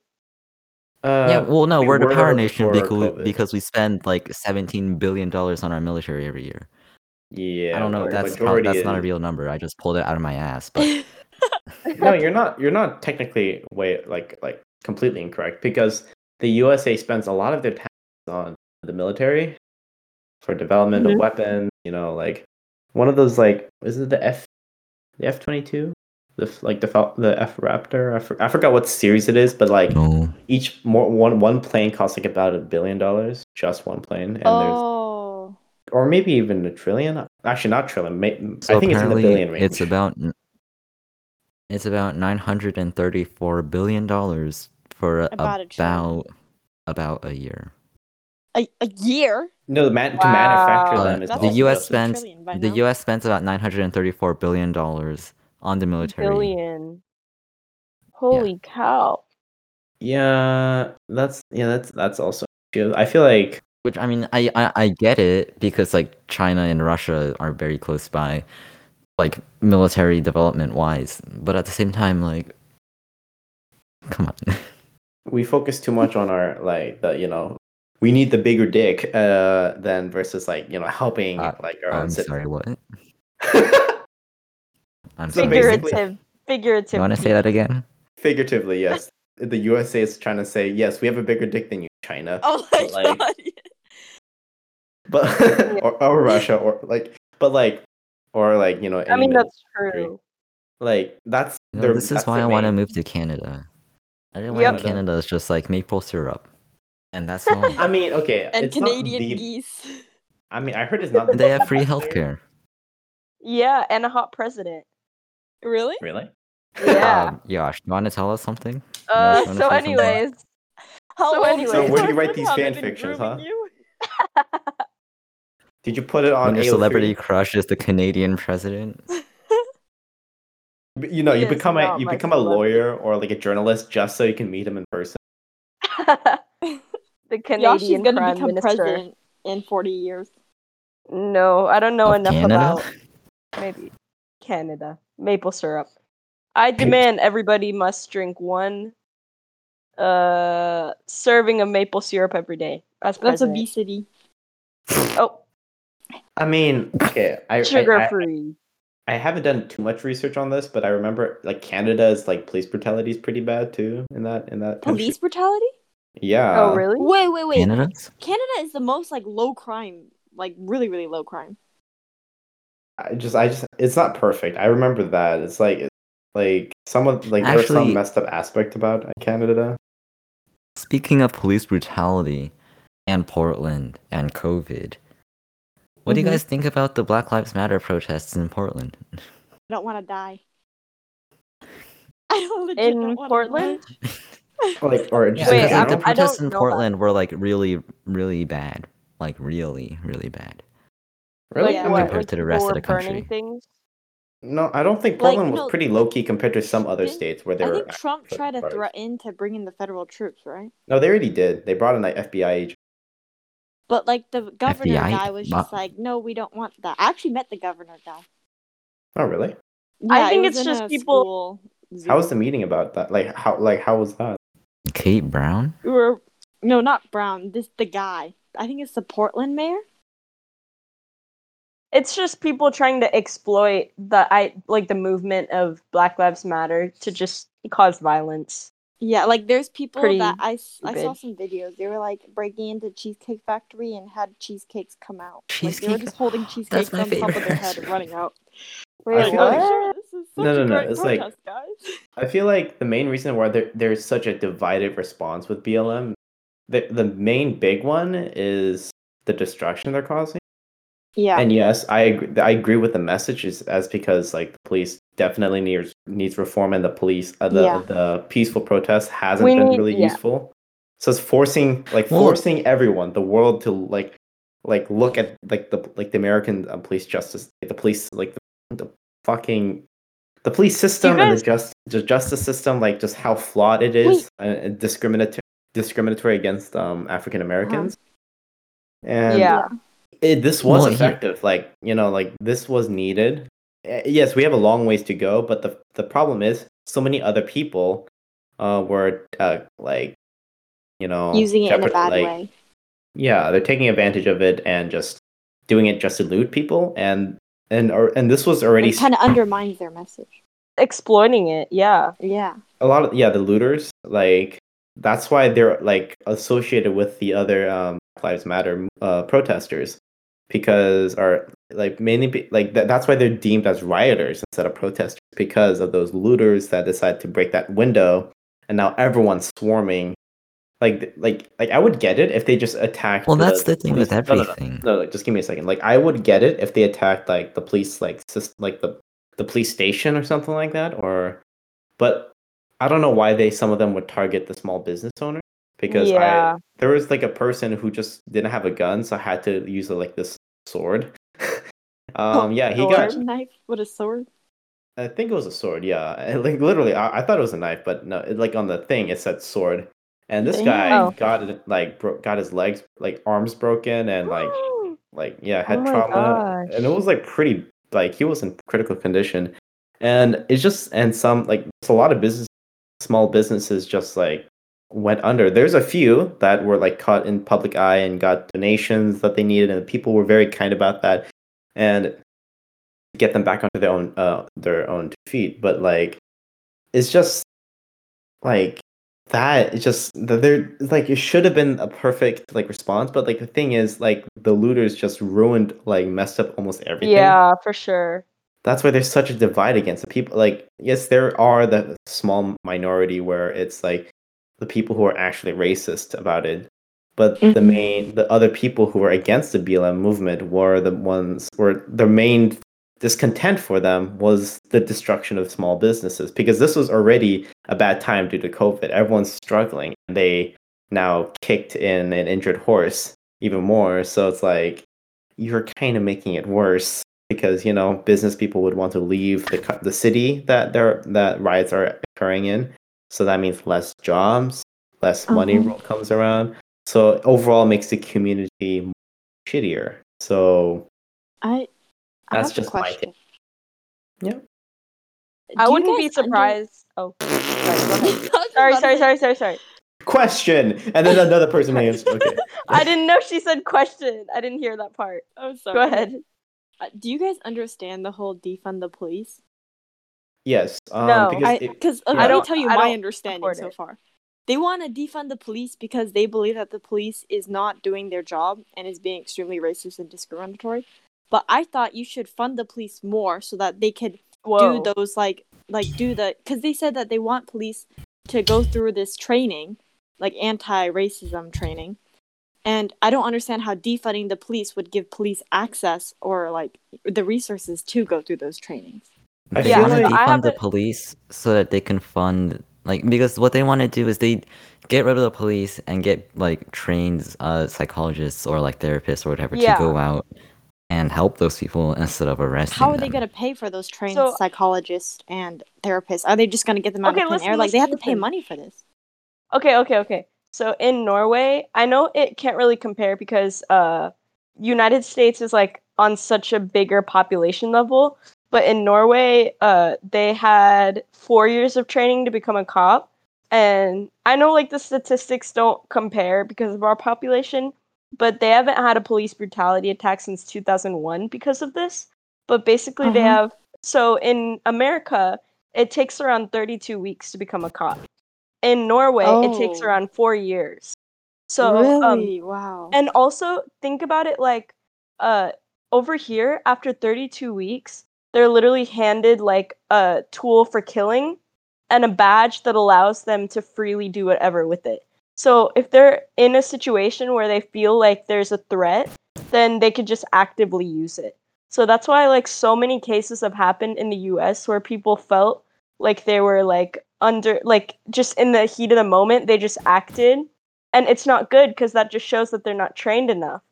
S1: uh,
S3: yeah, well, no,
S1: we
S3: we're the
S1: were
S3: power nation
S1: before
S3: because
S1: COVID.
S3: because we spend like seventeen billion dollars on our military every year.
S1: yeah
S3: I don't know.
S1: the
S3: That's probably, that's not a
S1: majority
S3: real number. I just pulled it out of my ass. But
S1: no, you're not. You're not technically way like like completely incorrect because the USA spends a lot of their taxes on the military for development
S2: Mhm.
S4: Mm-hmm.
S1: of weapons. You know, like one of those like is it the F the F twenty two the f- like the fal- the F Raptor. I, for, I forgot what series it is, but like
S3: no,
S1: each more one one plane costs like about a billion dollars, just one plane, and there's
S4: oh,
S1: or maybe even a trillion. Actually, not trillion. may-
S3: so
S1: I think it's in the
S3: apparently
S1: billion range.
S3: it's about n- it's about nine hundred and thirty-four billion dollars for a-
S4: About a trillion.
S3: about about a year.
S4: a, a year.
S1: no the man- to
S2: Wow.
S1: manufacture them
S3: Uh,
S1: is
S4: That's
S3: the
S1: also
S3: US
S1: just-
S3: spends-
S4: trillion by
S3: the
S4: now.
S3: U.S. spends about nine hundred and thirty-four billion dollars on the military.
S2: Billion. Holy cow.
S1: Yeah, that's yeah, that's that's also. true. I feel like
S3: Which I mean, I, I I get it because like China and Russia are very close by, like military development wise. But at the same time, like, come on,
S1: we focus too much on our like the you know we need the bigger dick uh than versus like you know helping
S3: Uh,
S1: like our own
S3: I'm
S1: citizens.
S3: sorry, what? I'm
S1: So
S3: sorry.
S1: basically-
S2: Figurative. Figurative.
S3: You want to say that again?
S1: Figuratively, yes. The USA is trying to say yes, we have a bigger dick than you, China,
S4: Oh my
S1: But, like,
S4: god.
S1: but or, or Russia or like but like or like you know
S2: I
S1: any
S2: mean,
S1: mid-
S2: that's true.
S1: like that's
S3: No,
S1: their-
S3: this is
S1: that's
S3: why
S1: their
S3: I want to
S1: main-
S3: move to Canada. I didn't
S2: Yep.
S3: like Canada is just like maple syrup, and that's all.
S1: I mean, okay,
S4: And
S1: it's not
S4: Canadian
S1: the-
S4: geese.
S1: I mean, I heard it's not.
S3: And they have free healthcare.
S2: Yeah, and a hot president.
S4: Really?
S1: Really?
S2: Yeah.
S3: Um, Yosh, you want to tell us something?
S2: Uh,
S3: wanna say
S2: so,
S3: something?
S2: anyways,
S4: How
S2: So
S4: old
S2: anyway- So
S4: is
S2: where
S1: do you write
S4: Mark
S1: these
S4: Ruffalo?
S1: fan
S4: Been
S1: fictions,
S4: grooming
S1: huh?
S4: you?
S1: Did you put it on
S3: when your
S1: AO3?
S3: celebrity crush is the Canadian president.
S1: B- you know you
S2: Yes,
S1: become a
S2: about
S1: you
S2: my
S1: become a
S2: celebrity.
S1: lawyer or like a journalist just so you can meet him in person
S2: the
S4: Yoshi's
S2: Canadian
S4: gonna
S2: prime
S4: become
S2: minister.
S4: president in 40 years.
S2: No, I don't know
S3: Of
S2: enough
S3: Canada?
S2: about maybe Canada maple syrup. I demand everybody must drink one uh serving of maple syrup every day. That's
S4: That's
S2: president.
S4: obesity.
S2: Oh,
S1: i mean okay I, I-
S2: sugar
S1: I, uh,
S2: free.
S1: I haven't done too much research on this but i remember like canada's like police brutality is pretty bad too in that in that country.
S4: Police brutality?
S1: yeah
S2: Oh, really?
S4: Wait, wait, wait. Canada?
S3: Canada's?
S4: is the most like low crime, like really, really low crime.
S1: i just i just it's not perfect i remember that it's like it's, like some of like there's some
S3: Actually-
S1: messed up aspect about uh, canada
S3: Speaking of police brutality and Portland and COVID, What do you
S2: Mhm.
S3: guys think about the Black Lives Matter protests in Portland?
S4: I don't want to die. I don't legit
S2: In
S4: don't wanna
S2: Portland?
S4: die.
S1: Like or just
S3: Just
S1: in
S3: because, like,
S2: Wait,
S3: the
S2: I'm-
S1: general?
S2: I don't
S3: protests in
S2: know about-
S3: Portland were like really, really bad. Like really, really bad.
S1: really?
S2: Like
S1: I mean,
S2: what,
S3: Compared
S2: like
S3: to the
S2: people
S3: rest of
S2: were
S3: the country.
S2: burning Things.
S1: No, I don't think
S4: Like,
S1: Portland
S4: no,
S1: was pretty low key compared to some other
S4: didn't-
S1: states where they
S4: I
S1: were.
S4: think Trump
S1: actually
S4: tried to
S1: cars.
S4: threaten to bring in the federal troops, right?
S1: No, they already did. They brought in like FBI agent.
S4: But like the governor
S3: FBI?
S4: guy was just
S3: Ma-
S4: like, no, we don't want that. I actually met the governor guy.
S1: Oh, really?
S2: I
S4: it
S2: think
S4: was
S2: it's
S4: in
S2: just
S4: a
S2: people-
S4: school zoo.
S1: How was the meeting about that? Like how like how was that?
S3: Kate Brown?
S4: We were no, not Brown. This the guy. I think it's the Portland mayor.
S2: It's just people trying to exploit the I like the movement of Black Lives Matter to just cause violence.
S4: Yeah, like there's people
S2: Pretty
S4: that I, s- I saw
S2: stupid.
S4: some videos. They were like breaking into Cheesecake Factory and had cheesecakes come out. Like they
S3: Cheesecake-
S4: were just holding cheesecakes
S3: my
S4: on top of their
S3: favorite
S4: head and running out.
S1: I
S4: We're like,
S1: feel
S4: oh,
S1: like-
S4: sure, this is such
S1: No,
S4: a
S1: no, no,
S4: great
S1: it's like-
S4: protest, guys.
S1: I feel like the main reason why there, there's such a divided response with BLM, the, the main big one is the destruction they're causing.
S4: Yeah,
S1: And yes, I agree, I agree with the message is as because like the police definitely needs needs reform and the police uh, the
S4: Yeah.
S1: the peaceful protest hasn't
S2: We
S1: been
S2: need-
S1: really
S2: yeah.
S1: useful. So it's forcing like
S3: Well-
S1: forcing everyone, the world to like like look at like the like the American uh, police justice, the police like the, the fucking the police system and
S2: guys-
S1: the just the justice system, like just how flawed it is and, and discriminatory discriminatory against um African Americans. And
S2: yeah.
S1: it, this was
S3: Well, here-
S1: effective like you know like this was needed Eh, yes we have a long ways to go but the the problem is so many other people uh were uh like you know
S4: using it in a
S1: jeopard-
S4: bad
S1: like-
S4: way.
S1: yeah they're taking advantage of it and just doing it just to loot people and and or, and this was already
S4: It kind of undermines their message.
S2: Exploiting it, yeah.
S4: Yeah,
S1: a lot of yeah the looters like that's why they're like associated with the other um Black lives matter uh protesters because are like mainly be, like that, that's why they're deemed as rioters instead of protesters because of those looters that decide to break that window and now everyone's swarming like like like i would get it if they just attacked
S3: Well, that's the thing with
S1: police- no, no, no.
S3: everything.
S1: No, like, just give me a second. Like, I would get it if they attacked like the police, like sys- like the the police station or something like that, or. But I don't know why they some of them would target the small business owner because
S2: yeah.
S1: I there was like a person who just didn't have a gun, so I had to use like this sword.
S2: Oh,
S1: um, yeah, he got.
S4: sword knife with a sword.
S1: I think it was a sword. Yeah, And, like literally, I, I thought it was a knife, but no, it, like on the thing it said sword. And this guy
S2: Damn. Oh.
S1: got it, like bro- got his legs, like arms broken, and like like yeah had
S2: Oh my
S1: trauma
S2: gosh.
S1: and it was like pretty like he was in critical condition and it's just and some like it's a lot of business small businesses just like went under there's a few that were like caught in public eye and got donations that they needed and people were very kind about that and get them back onto their own uh, their own feet but like it's just like that it's just that there like it should have been a perfect like response but like the thing is like the looters just ruined like messed up almost everything
S2: Yeah, for sure.
S1: that's why there's such a divide against the people like yes there are the small minority where it's like the people who are actually racist about it but the
S4: Mhm.
S1: main the other people who were against the blm movement were the ones were the main discontent for them was the destruction of small businesses because this was already a bad time due to covid everyone's struggling and they now kicked in an injured horse even more so it's like you're kind of making it worse because you know business people would want to leave the co- the city that they're that riots are occurring in. So that means less jobs, less money
S4: Uh-huh.
S1: ro- comes around. So overall, it makes the community shittier. So
S4: I. I
S1: That's
S4: have
S1: just
S4: a
S1: my
S4: question.
S1: Yeah.
S4: Do
S2: I
S4: you
S2: wouldn't be
S4: guys under-
S2: surprised. Oh, sorry, go ahead.
S4: I was
S2: sorry,
S4: about to
S2: sorry,
S4: say-
S2: sorry, sorry, sorry.
S1: question, and then another person answers. Okay,
S2: I didn't know she said question. I didn't hear that part.
S4: I'm Oh, sorry.
S2: Go ahead.
S4: Uh, Do you guys understand the whole defund the police?
S1: yes, um,
S2: No,
S1: because
S4: I
S1: it-
S4: because
S1: yeah.
S4: let me
S2: don't-
S4: tell you
S2: I
S4: my
S2: don't
S4: understanding
S2: support
S4: so
S2: it.
S4: far. They want to defund the police because they believe that the police is not doing their job and is being extremely racist and discriminatory. But I thought you should fund the police more so that they could
S2: Whoa.
S4: do those like like do the because they said that they want police to go through this training like anti-racism training And I don't understand how defunding the police would give police access or like the resources to go through those trainings.
S1: I
S3: They
S1: feel
S3: want to
S1: like- I
S3: defund the
S2: haven't-
S3: police so that they can fund like because what they want to do is they get rid of the police and get like trained uh, psychologists or like therapists or whatever
S2: Yeah.
S3: to go out and help those people instead of arresting
S4: How are they
S3: them.
S4: going to pay for those trained
S2: So-
S4: psychologists and therapists? Are they just going to get them out
S2: Okay,
S4: of thin
S2: listen,
S4: air? Like they have
S2: listen,
S4: to pay
S2: listen.
S4: money for this.
S2: Okay, okay, okay. So in Norway, I know it can't really compare because uh United States is like on such a bigger population level, but in Norway, uh they had 4 years of training to become a cop. And I know like the statistics don't compare because of our population, but they haven't had a police brutality attack since 2001 because of this. But basically they
S4: Uh-huh.
S2: have so in America, it takes around 32 weeks to become a cop. In Norway, it takes
S4: Oh.
S2: around 4 years. So um
S4: really, wow.
S2: and also think about it like uh over here after 32 weeks, they're literally handed like a tool for killing and a badge that allows them to freely do whatever with it. So if they're in a situation where they feel like there's a threat, then they could just actively use it. So that's why like so many cases have happened in the US where people felt like they were like under like just in the heat of the moment they just acted and it's not good cuz that just shows that they're not trained enough.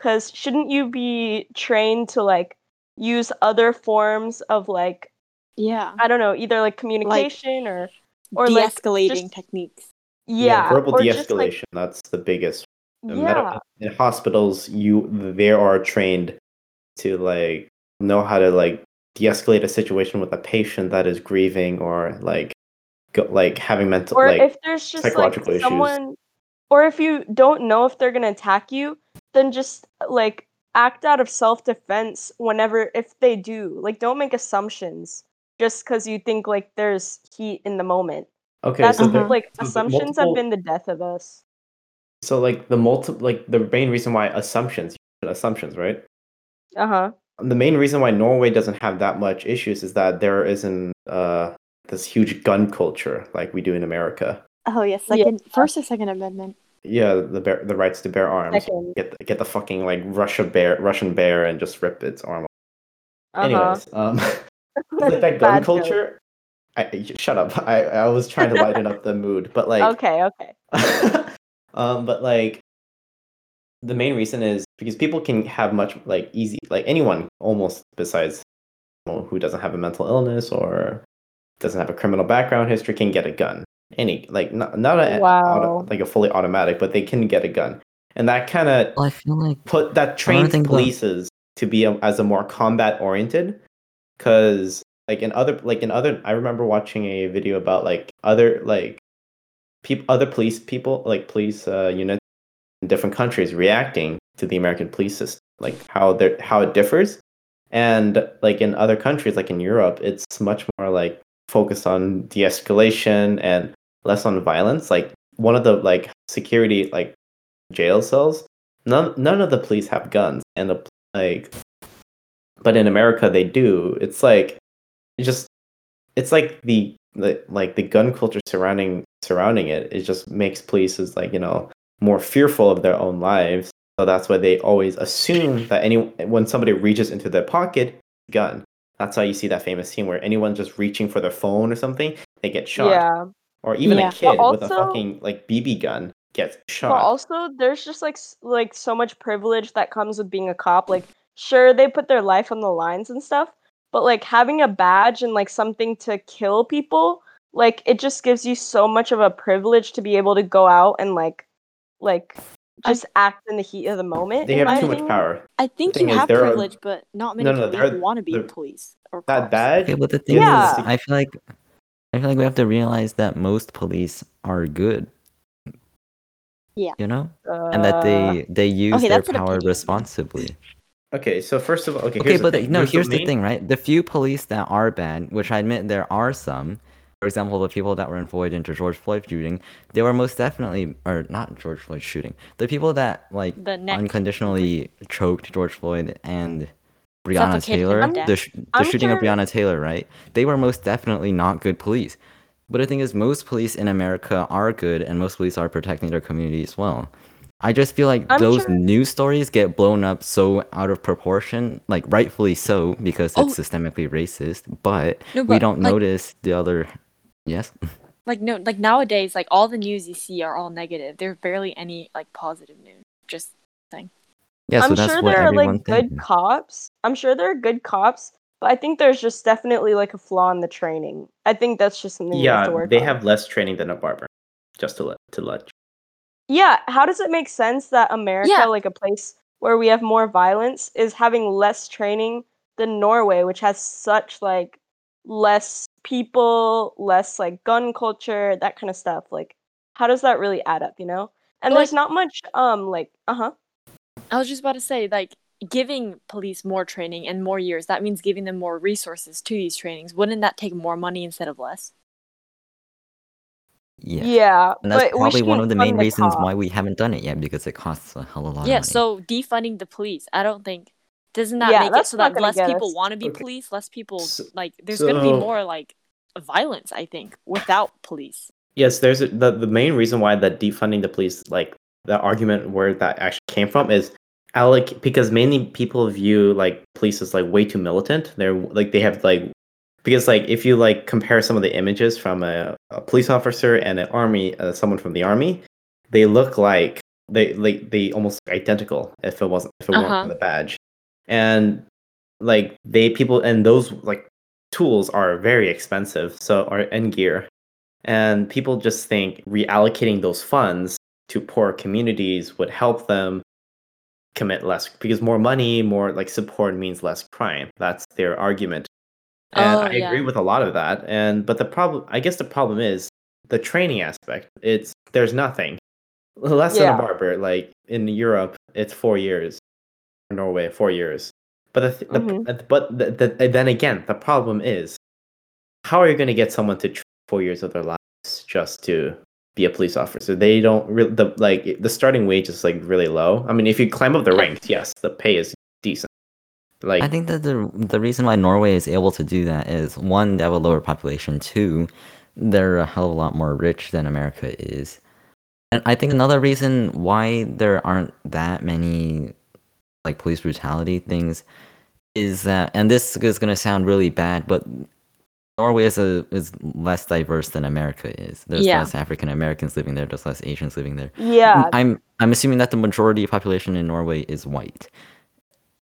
S2: Cuz shouldn't you be trained to like use other forms of like
S4: yeah,
S2: I don't know, either like communication or or like
S4: de-escalating
S2: just-
S4: techniques.
S2: yeah,
S1: verbal
S2: or just, like-
S1: de-escalation. that's the biggest. In,
S2: yeah.
S1: medi- in hospitals, you they are trained to like know how to like de-escalate a situation with a patient that is grieving or like go, like having mental
S2: or
S1: like
S2: if there's just
S1: psychological
S2: like
S1: issues.
S2: someone or if you don't know if they're going to attack you then just like act out of self-defense whenever if they do like don't make assumptions just because you think like there's heat in the moment
S1: okay,
S2: that's
S1: so
S4: Uh-huh.
S1: there,
S2: like
S1: so the
S2: assumptions
S1: multiple-
S2: have been the death of us
S1: so like the multi like the main reason why assumptions assumptions right
S2: uh-huh
S1: the main reason why Norway doesn't have that much issues is that there isn't uh, this huge gun culture like we do in America.
S4: Oh yes,
S2: Yeah.
S4: second, first or second amendment.
S1: Yeah, the bear, the rights to bear arms.
S2: second
S1: Get the, get the fucking like Russia bear Russian bear and just rip its arm. off.
S2: uh-huh
S1: Anyways, um, like that gun
S2: Bad joke.
S1: culture. I, I- shut up. I, I was trying to lighten up the mood, but like
S2: okay okay
S1: um, but like the main reason is because people can have much like easy like anyone almost besides someone who doesn't have a mental illness or doesn't have a criminal background history can get a gun. Any like not not a auto-
S2: Wow.
S1: like a fully automatic, but they can get a gun, and that kind of
S3: Well, I feel like
S1: put that trains
S3: think about-
S1: polices to be a, as a more combat oriented because like in other like in other i remember watching a video about like other like peop, other police people like police uh, units in different countries reacting to the american police system like how they're how it differs and like in other countries like in europe it's much more like focused on de-escalation and less on violence like one of the like security like jail cells none none of the police have guns and the like but in america they do it's like it just it's like the, the like the gun culture surrounding surrounding it it just makes police is like you know more fearful of their own lives so that's why they always assume that any when somebody reaches into their pocket gun that's how you see that famous scene where anyone just reaching for their phone or something they get shot
S2: yeah
S1: or even
S4: Yeah.
S1: a
S4: But
S1: kid with a
S2: also-
S1: fucking like bb gun gets shot
S2: But also, there's just like s- like so much privilege that comes with being a cop. Like, sure, they put their life on the lines and stuff, but like having a badge and like something to kill people, like it just gives you so much of a privilege to be able to go out and like, like
S4: I-
S2: just act in the heat of the moment.
S1: they
S2: in
S1: have
S2: my
S1: too much
S2: opinion.
S1: power
S4: I think
S1: thing
S4: you
S1: is,
S4: have
S1: there are-
S4: privilege, but not many
S1: No, no, there
S4: people
S1: are-
S4: want to be
S1: there-
S4: police or
S1: that
S4: cops.
S1: badge
S3: okay, but the thing
S2: Yeah.
S3: is, I feel like I feel like we have to realize that most police are good.
S4: Yeah. Uh,
S3: You know, and that
S2: Uh,
S3: they they use
S4: okay,
S3: their
S4: that's an
S3: power
S4: opinion.
S3: responsibly.
S1: Okay, so first of all, okay,
S3: Okay,
S1: here's
S3: but
S1: the
S3: the-
S1: thing.
S3: no,
S1: There's
S3: here's
S1: main-
S3: the thing, right? The few police that are banned, which I admit there are some, for example, the people that were employed into George Floyd shooting, they were most definitely, or not George Floyd shooting, the people that like
S4: The neck.
S3: unconditionally choked Gege Floyd and Breonna
S4: Suffocated
S3: Taylor,
S4: to death.
S3: the, sh- the
S2: I'm
S3: shooting of
S2: sure-
S3: Breonna Taylor, right? They were most definitely not good police. But the thing is, most police in America are good, and most police are protecting their community as well. I just feel like
S2: I'm
S3: those
S2: sure-
S3: news stories get blown up so out of proportion, like rightfully so, because
S4: Oh.
S3: it's systemically racist. But
S4: No,
S3: we
S4: but,
S3: don't
S4: like-
S3: notice the other. Yes.
S4: Like no, like nowadays, like all the news you see are all negative. There's barely any like positive news. Just
S3: Yeah. so
S2: I'm
S3: that's
S2: sure
S3: what
S2: there are
S3: everyone
S2: like good
S3: thinks.
S2: cops. I'm sure there are good cops, but I think there's just definitely like a flaw in the training. I think that's just something you have to
S1: yeah,
S2: work
S1: they
S2: on.
S1: have less training than a barber. Just to let to let.
S2: Yeah, how does it make sense that America,
S4: Yeah.
S2: like a place where we have more violence, is having less training than Norway, which has such like less people, less like gun culture, that kind of stuff. Like, how does that really add up? You know? And
S4: Like-
S2: there's not much um like uh huh.
S4: I was just about to say, like, giving police more training and more years, that means giving them more resources to these trainings. Wouldn't that take more money instead of less?
S3: Yeah.
S2: Yeah,
S3: And that's
S2: but we
S3: probably one of
S2: shouldn't
S3: the main
S2: fund
S3: reasons
S2: cops.
S3: why we haven't done it yet, because it costs a hell of a lot.
S4: Yeah,
S3: of money.
S4: so defunding the police, I don't think doesn't that
S2: Yeah,
S4: make it
S2: that's
S4: so
S2: not
S4: that
S2: gonna
S4: less
S2: get
S4: people
S2: us-
S4: want to be
S1: Okay.
S4: police, less people
S1: S-
S4: like there's going to be
S1: so-
S4: more like violence, I think, without police.
S1: Yes, there's a, the the main reason why the defunding the police, like the argument where that actually came from, is alloc because mainly people view like police as like way too militant. They're like they have like because like if you like compare some of the images from a, a police officer and an army, uh, someone from the army, they look like they like they almost identical if it wasn't if it weren't
S4: Uh-huh.
S1: for the badge, and like they people and those like tools are very expensive. So are and gear and people just think reallocating those funds to poor communities would help them commit less because more money, more like support means less crime. That's their argument. And
S4: Oh,
S1: I
S4: yeah.
S1: agree with a lot of that. And but the problem I guess the problem is the training aspect. It's there's nothing. Less than
S2: Yeah.
S1: a barber. Like in Europe, it's four years. Norway, four years. But the, th- the, but the, the, then again, the problem is, how are you going to get someone to train four years of their lives just to be a police officer? They don't really the like the starting wage is like really low. I mean, if you climb up the ranks, yes, the pay is decent. Like
S3: I think that the the reason why Norway is able to do that is one, they have a lower population. Two, they're a hell of a lot more rich than America is. And I think another reason why there aren't that many like police brutality things is that, and this is gonna sound really bad, but Norway is a, is less diverse than America is. There's
S4: Yeah.
S3: less African Americans living there. There's less Asians living there.
S2: Yeah,
S3: I'm I'm assuming that the majority of population in Norway is white.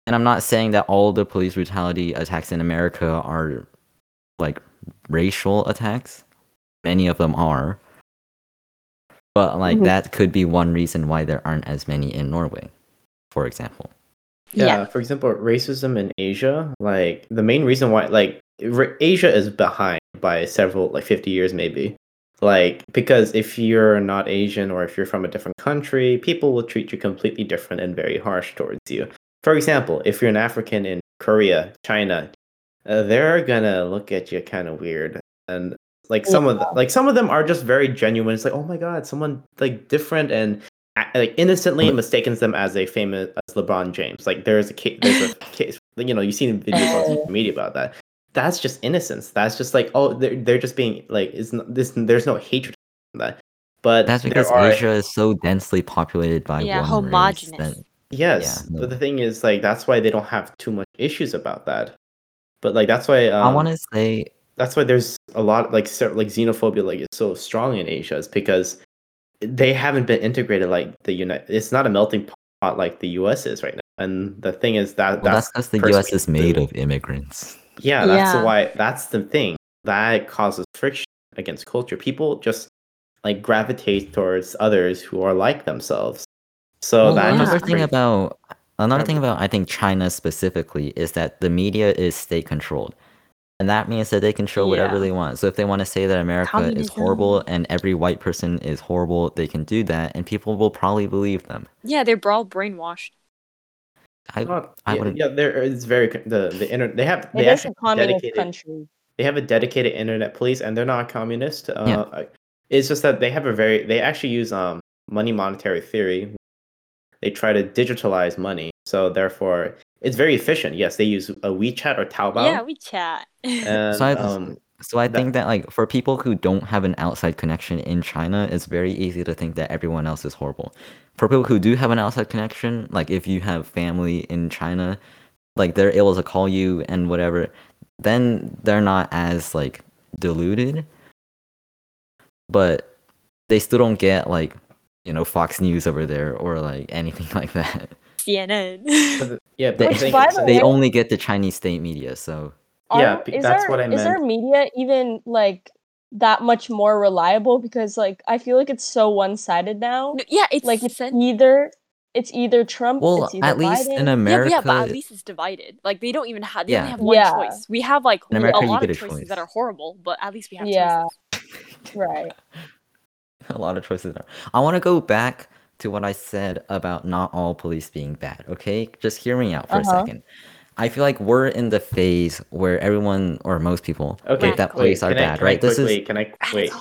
S3: And I'm not saying that all the police brutality attacks in America are like racial attacks. Many of them are. But like
S4: Mm-hmm.
S2: Mhm.
S3: that could be one reason why there aren't as many in Norway, for example.
S1: yeah, for example, racism in Asia, like the main reason why, like ra- Asia is behind by several, like fifty years maybe, like because if you're not Asian or if you're from a different country, people will treat you completely different and very harsh towards you. For example, if you're an African in Korea, China, uh, they're gonna look at you kind of weird, and like some of the, like some of them are just very genuine. It's like, oh my god, someone like different and a- like innocently mistakes them as a famous as LeBron James. Like there's a case, there's a case, you know, you've seen videos on social media about that. That's just innocence. That's just like oh, they're they're just being like it's not, this. There's no hatred in that. But
S3: That's
S1: there
S3: because
S1: are-
S3: Asia is so densely populated by
S4: Yeah,
S3: one race
S4: homogenous.
S3: that-
S1: Yes,
S3: Yeah, no.
S1: but the thing is, like that's why they don't have too much issues about that. But like that's why um,
S3: I want to say
S1: that's why there's a lot like cer- like xenophobia like is so strong in Asia is because they haven't been integrated like the United. It's not a melting pot like the U.S. is right now. And the thing is that
S3: well,
S1: that's,
S3: that's because the
S1: first
S3: U.S. is made
S1: thing.
S3: of immigrants.
S1: yeah, that's
S4: Yeah.
S1: why that's the thing that causes friction against culture. People just like gravitate towards others who are like themselves. So
S3: Well,
S1: that
S4: yeah.
S3: another
S1: just
S3: thing
S1: creates-
S3: about another
S1: Yeah.
S3: thing about I think China specifically is that the media is state controlled. And that means that they control whatever
S4: Yeah.
S3: they want. So if they want to say that America is horrible and every white person is horrible, they can do that and people will probably believe them.
S4: Yeah, they're all brainwashed.
S3: I
S1: Not-
S3: I
S1: yeah,
S3: wouldn't-
S1: Yeah, there is very con- the the internet. They have they
S2: it is
S1: actually
S2: a
S1: have
S2: communist
S1: dedicated-
S2: country.
S1: they have a dedicated internet police, and they're not communist. Uh,
S3: Yeah.
S1: I- It's just that they have a very they actually use um money monetary theory. They try to digitalize money, so therefore it's very efficient. Yes, they use a WeChat or Taobao.
S4: Yeah, we chat.
S1: and,
S3: so I,
S1: um,
S3: So I
S1: That-
S3: think that like for people who don't have an outside connection in China, it's very easy to think that everyone else is horrible. For people who do have an outside connection, like if you have family in China, like they're able to call you and whatever, then they're not as like deluded. But they still don't get like, you know, Fox News over there or like anything like that.
S4: CNN.
S1: But- yeah, but
S3: They-
S1: I
S2: Which,
S1: think
S2: by
S1: it's-
S2: the
S3: They
S2: way-
S3: only get the Chinese state media, so
S1: Yeah,
S2: Are-
S1: be-
S2: is
S1: that's
S2: our,
S1: what I
S2: Is our
S1: meant.
S2: media even like that much more reliable? Because like I feel like it's so one sided now.
S4: No, yeah, it's
S2: Like it's
S4: sen-
S2: either it's either Trump.
S3: well,
S2: it's either
S3: at least
S2: Biden.
S3: in
S4: yeah,
S3: America,
S4: but yeah, but at least it's divided. Like they don't even have they only
S3: Yeah.
S4: have one
S2: Yeah.
S4: choice. We have like
S3: In America,
S4: a
S3: you
S4: lot
S3: get
S4: of
S3: a
S4: choices
S3: choice.
S4: that are horrible, but at least we have
S2: Yeah.
S4: choices.
S2: right.
S3: a lot of choices there. I want to go back to what I said about not all police being bad, okay? Just hear me out for a
S2: Uh-huh.
S3: second. I feel like we're in the phase where everyone or most people
S1: Okay,
S3: think that
S4: wait,
S3: police are
S1: can I-
S3: bad,
S1: can I
S3: right? This
S1: quickly-
S3: is
S1: Can I
S4: Radical.
S1: wait?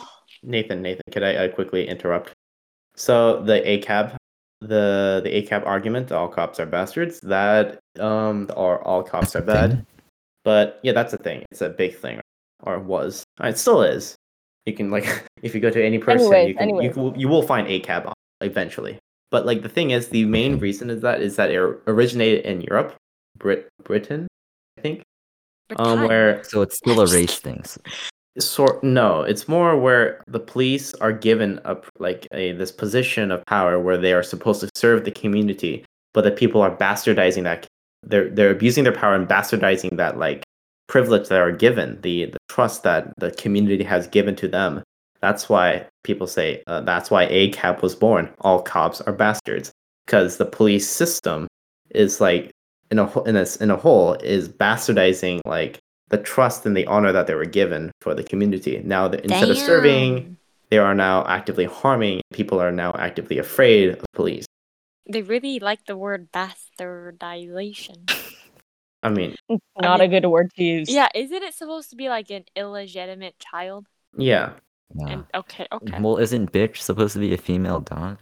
S1: Nathan, Nathan, could I uh, quickly interrupt? So the ACAB, the the ACAB argument, all cops are bastards. That um, or all cops are
S3: the thing.
S1: bad. But yeah, that's a thing. It's a big thing, or was. Uh, It still is. You can like, if you go to any person, you
S2: Anyways,
S1: can you,
S2: anyways.
S1: can- you will find ACAB on- eventually. But like the thing is, the main reason is that is that it originated in Europe, Brit Britain, I think,
S4: But
S1: um,
S4: God,
S1: where
S3: so it's still a race thing. So-
S1: sort no it's more where the police are given a p- like a this position of power where they are supposed to serve the community but the people are bastardizing that they're they're abusing their power and bastardizing that like privilege they are given the the trust that the community has given to them that's why people say uh, that's why a cap was born all cops are bastards because the police system is like in a wh- in a s- in a whole is bastardizing like the trust and the honor that they were given for the community. Now, that instead of serving,
S4: damn.
S1: they are now actively harming. People are now actively afraid of police.
S4: they really like the word bastardization.
S1: I mean,
S2: Not a good word to use.
S4: Yeah, isn't it supposed to be like an illegitimate child?
S1: yeah,
S3: yeah.
S4: And okay, okay.
S3: Well, isn't bitch supposed to be a female dog?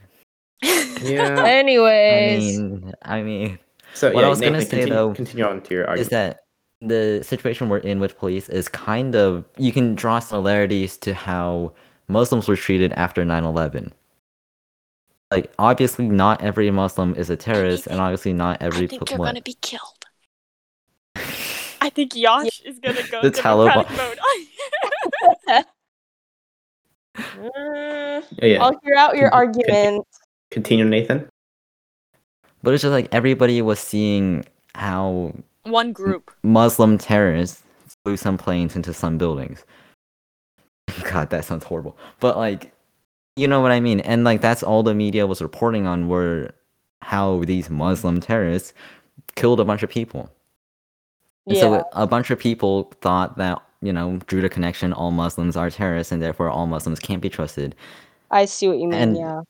S1: yeah.
S3: I
S2: Anyways,
S3: mean, I mean,
S1: So
S3: What
S1: yeah,
S3: I was gonna
S1: Nathan,
S3: say,
S1: continue,
S3: though,
S1: continue on to your
S3: is
S1: argument.
S3: that the situation we're in with police is kind of you can draw similarities to how Muslims were treated after 9/11. Like obviously not every Muslim is a terrorist and obviously not every
S4: I think
S3: pol-
S4: you're
S3: what?
S4: gonna be killed. I think Yash is gonna go
S3: The
S4: democratic
S3: Taliban.
S4: mode.
S2: Uh, Mm,
S1: Yeah, yeah.
S2: I'll hear out your
S1: Continue, continue.
S2: argument.
S1: continue, Nathan.
S3: But it's just like everybody was seeing how
S4: One group.
S3: Muslim terrorists flew some planes into some buildings. God, that sounds horrible. But like, you know what I mean? And like, that's all the media was reporting on were how these Muslim terrorists killed a bunch of people. And
S2: Yeah.
S3: So a bunch of people thought that you know drew the connection: all Muslims are terrorists, and therefore all Muslims can't be trusted.
S2: I see what you mean.
S3: and-
S2: yeah.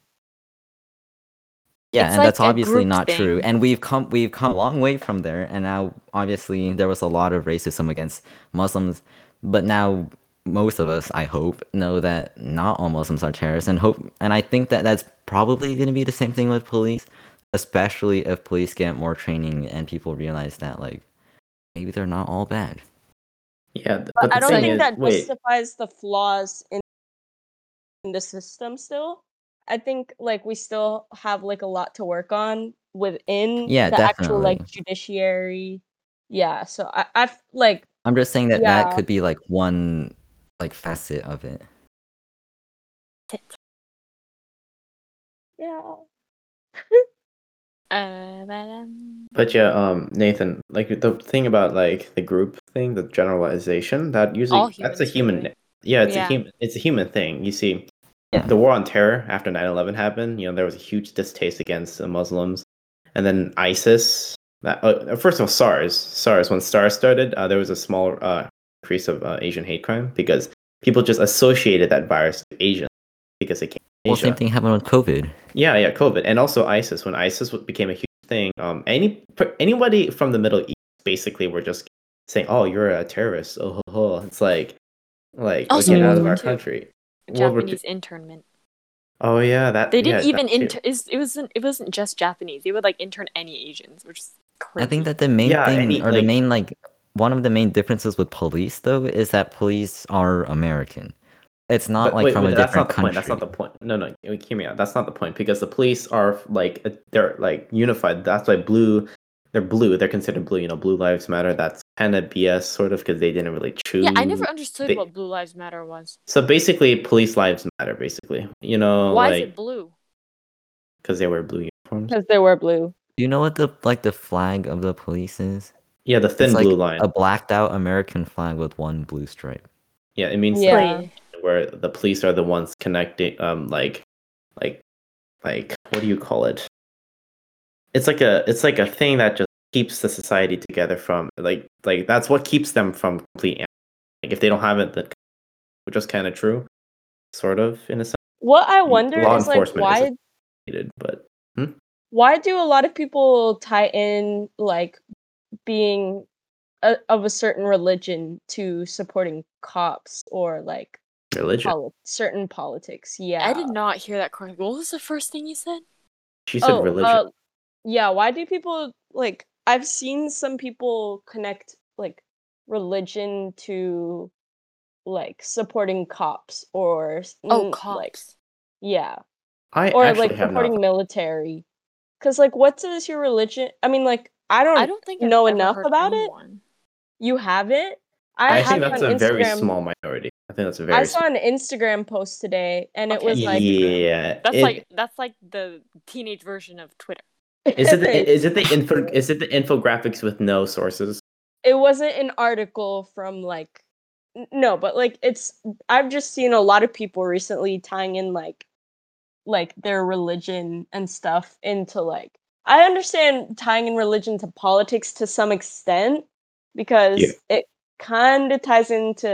S3: Yeah,
S4: It's
S3: and
S4: like
S3: that's
S4: a
S3: obviously
S4: group
S3: not true.
S4: thing.
S3: And we've come we've come a long way from there. And now obviously there was a lot of racism against Muslims, but now most of us, I hope, know that not all Muslims are terrorists. And hope and I think that that's probably going to be the same thing with police, especially if police get more training and people realize that like maybe they're not all bad.
S1: Yeah, th-
S2: But,
S1: the
S2: I don't
S1: thing
S2: think
S1: is-
S2: that
S1: wait,
S2: justifies the flaws in in the system still. I think like we still have like a lot to work on within
S3: Yeah,
S2: the actual like judiciary. Yeah, so I I f- like
S3: I'm just saying that that
S2: Yeah.
S3: could be like one like facet of it.
S2: yeah.
S4: Uh, but, um,
S1: but yeah, um, Nathan, like the thing about like the group thing, the generalization that usually
S4: all
S1: that's a
S4: humans
S1: human
S4: do it.
S1: Yeah, it's
S4: Yeah.
S1: a human it's a human thing. You see,
S3: Yeah.
S1: the war on terror after 9/11 happened, you know, there was a huge distaste against the Muslims. And then ISIS, that, uh, first of all, SARS, SARS when SARS started, uh, there was a small uh, increase of uh, Asian hate crime because people just associated that virus to Asia because it came from
S3: Well,
S1: Asia.
S3: same thing happened with COVID.
S1: Yeah, yeah, COVID, and also ISIS. When ISIS w- became a huge thing, um, any per- anybody from the Middle East basically were just saying, "Oh, you're a terrorist." Oh, ho, ho. it's like, like
S4: Also
S1: get out of
S4: World War
S1: our
S4: Two.
S1: country. World War
S4: Japanese internment.
S1: Oh yeah, that
S4: They didn't
S1: yeah,
S4: even
S1: that too.
S4: intern. It wasn't. It wasn't just Japanese. They would like intern any Asians, which is crazy.
S3: I think that the main
S1: Yeah,
S3: thing
S1: any,
S3: or the
S1: like-
S3: main like one of the main differences with police though is that police are American. It's not
S1: But
S3: like
S1: wait,
S3: from
S1: wait,
S3: a
S1: that's
S3: different
S1: not the
S3: country.
S1: point. That's not the point. No, no, wait, hear me out. That's not the point because the police are like uh, they're like unified. That's why blue, they're blue. They're considered blue. You know, blue lives matter. That's kind of BS, sort of, because they didn't really choose.
S4: Yeah, I never understood
S1: they-
S4: what Blue Lives Matter was.
S1: So basically, police lives matter. Basically, you know,
S4: Why is
S1: Oh, like
S4: it blue?
S1: because they wear blue uniforms.
S2: because they wear blue.
S3: Do you know what the like the flag of the police is?
S1: Yeah, the thin
S3: it's like
S1: blue line.
S3: A blacked out American flag with one blue stripe.
S1: Yeah, it means
S2: Yeah.
S1: where the police are the ones connecting um like like like what do you call it it's like a it's like a thing that just keeps the society together from like like that's what keeps them from complete anarchy. like if they don't have it then which is kind of true sort of in a sense
S2: What I wonder
S1: law
S2: is like
S1: enforcement is
S2: why
S1: a- needed, but
S2: why do a lot of people tie in like being a, of a certain religion to supporting cops or like
S1: religion
S2: poli- certain politics? Yeah,
S4: I did not hear that correctly. What was the first thing you said?
S1: she said religion
S2: uh, yeah, why do people like I've seen some people connect like religion to like supporting cops or s-
S4: Oh,
S2: mm, Like,
S4: cops.
S2: yeah.
S1: i
S2: Or
S1: actually
S2: like
S1: have not
S2: supporting military. Cuz like what does your religion I mean like I don't,
S4: I don't think I
S2: know enough about it. you have it?
S1: i,
S2: have
S1: think that's
S2: on
S1: a very
S2: Instagram-
S1: small minority i think that's a very
S2: I saw an Instagram post today and it
S4: Okay.
S2: was like
S1: yeah
S4: That's
S1: it-
S4: like that's like the teenage version of Twitter.
S1: is it the, is it the info is it the infographics with no sources
S2: it wasn't an article from like n- no but like it's i've just seen a lot of people recently tying in like like their religion and stuff into like i understand tying in religion to politics to some extent because
S1: Yeah.
S2: it kind of ties into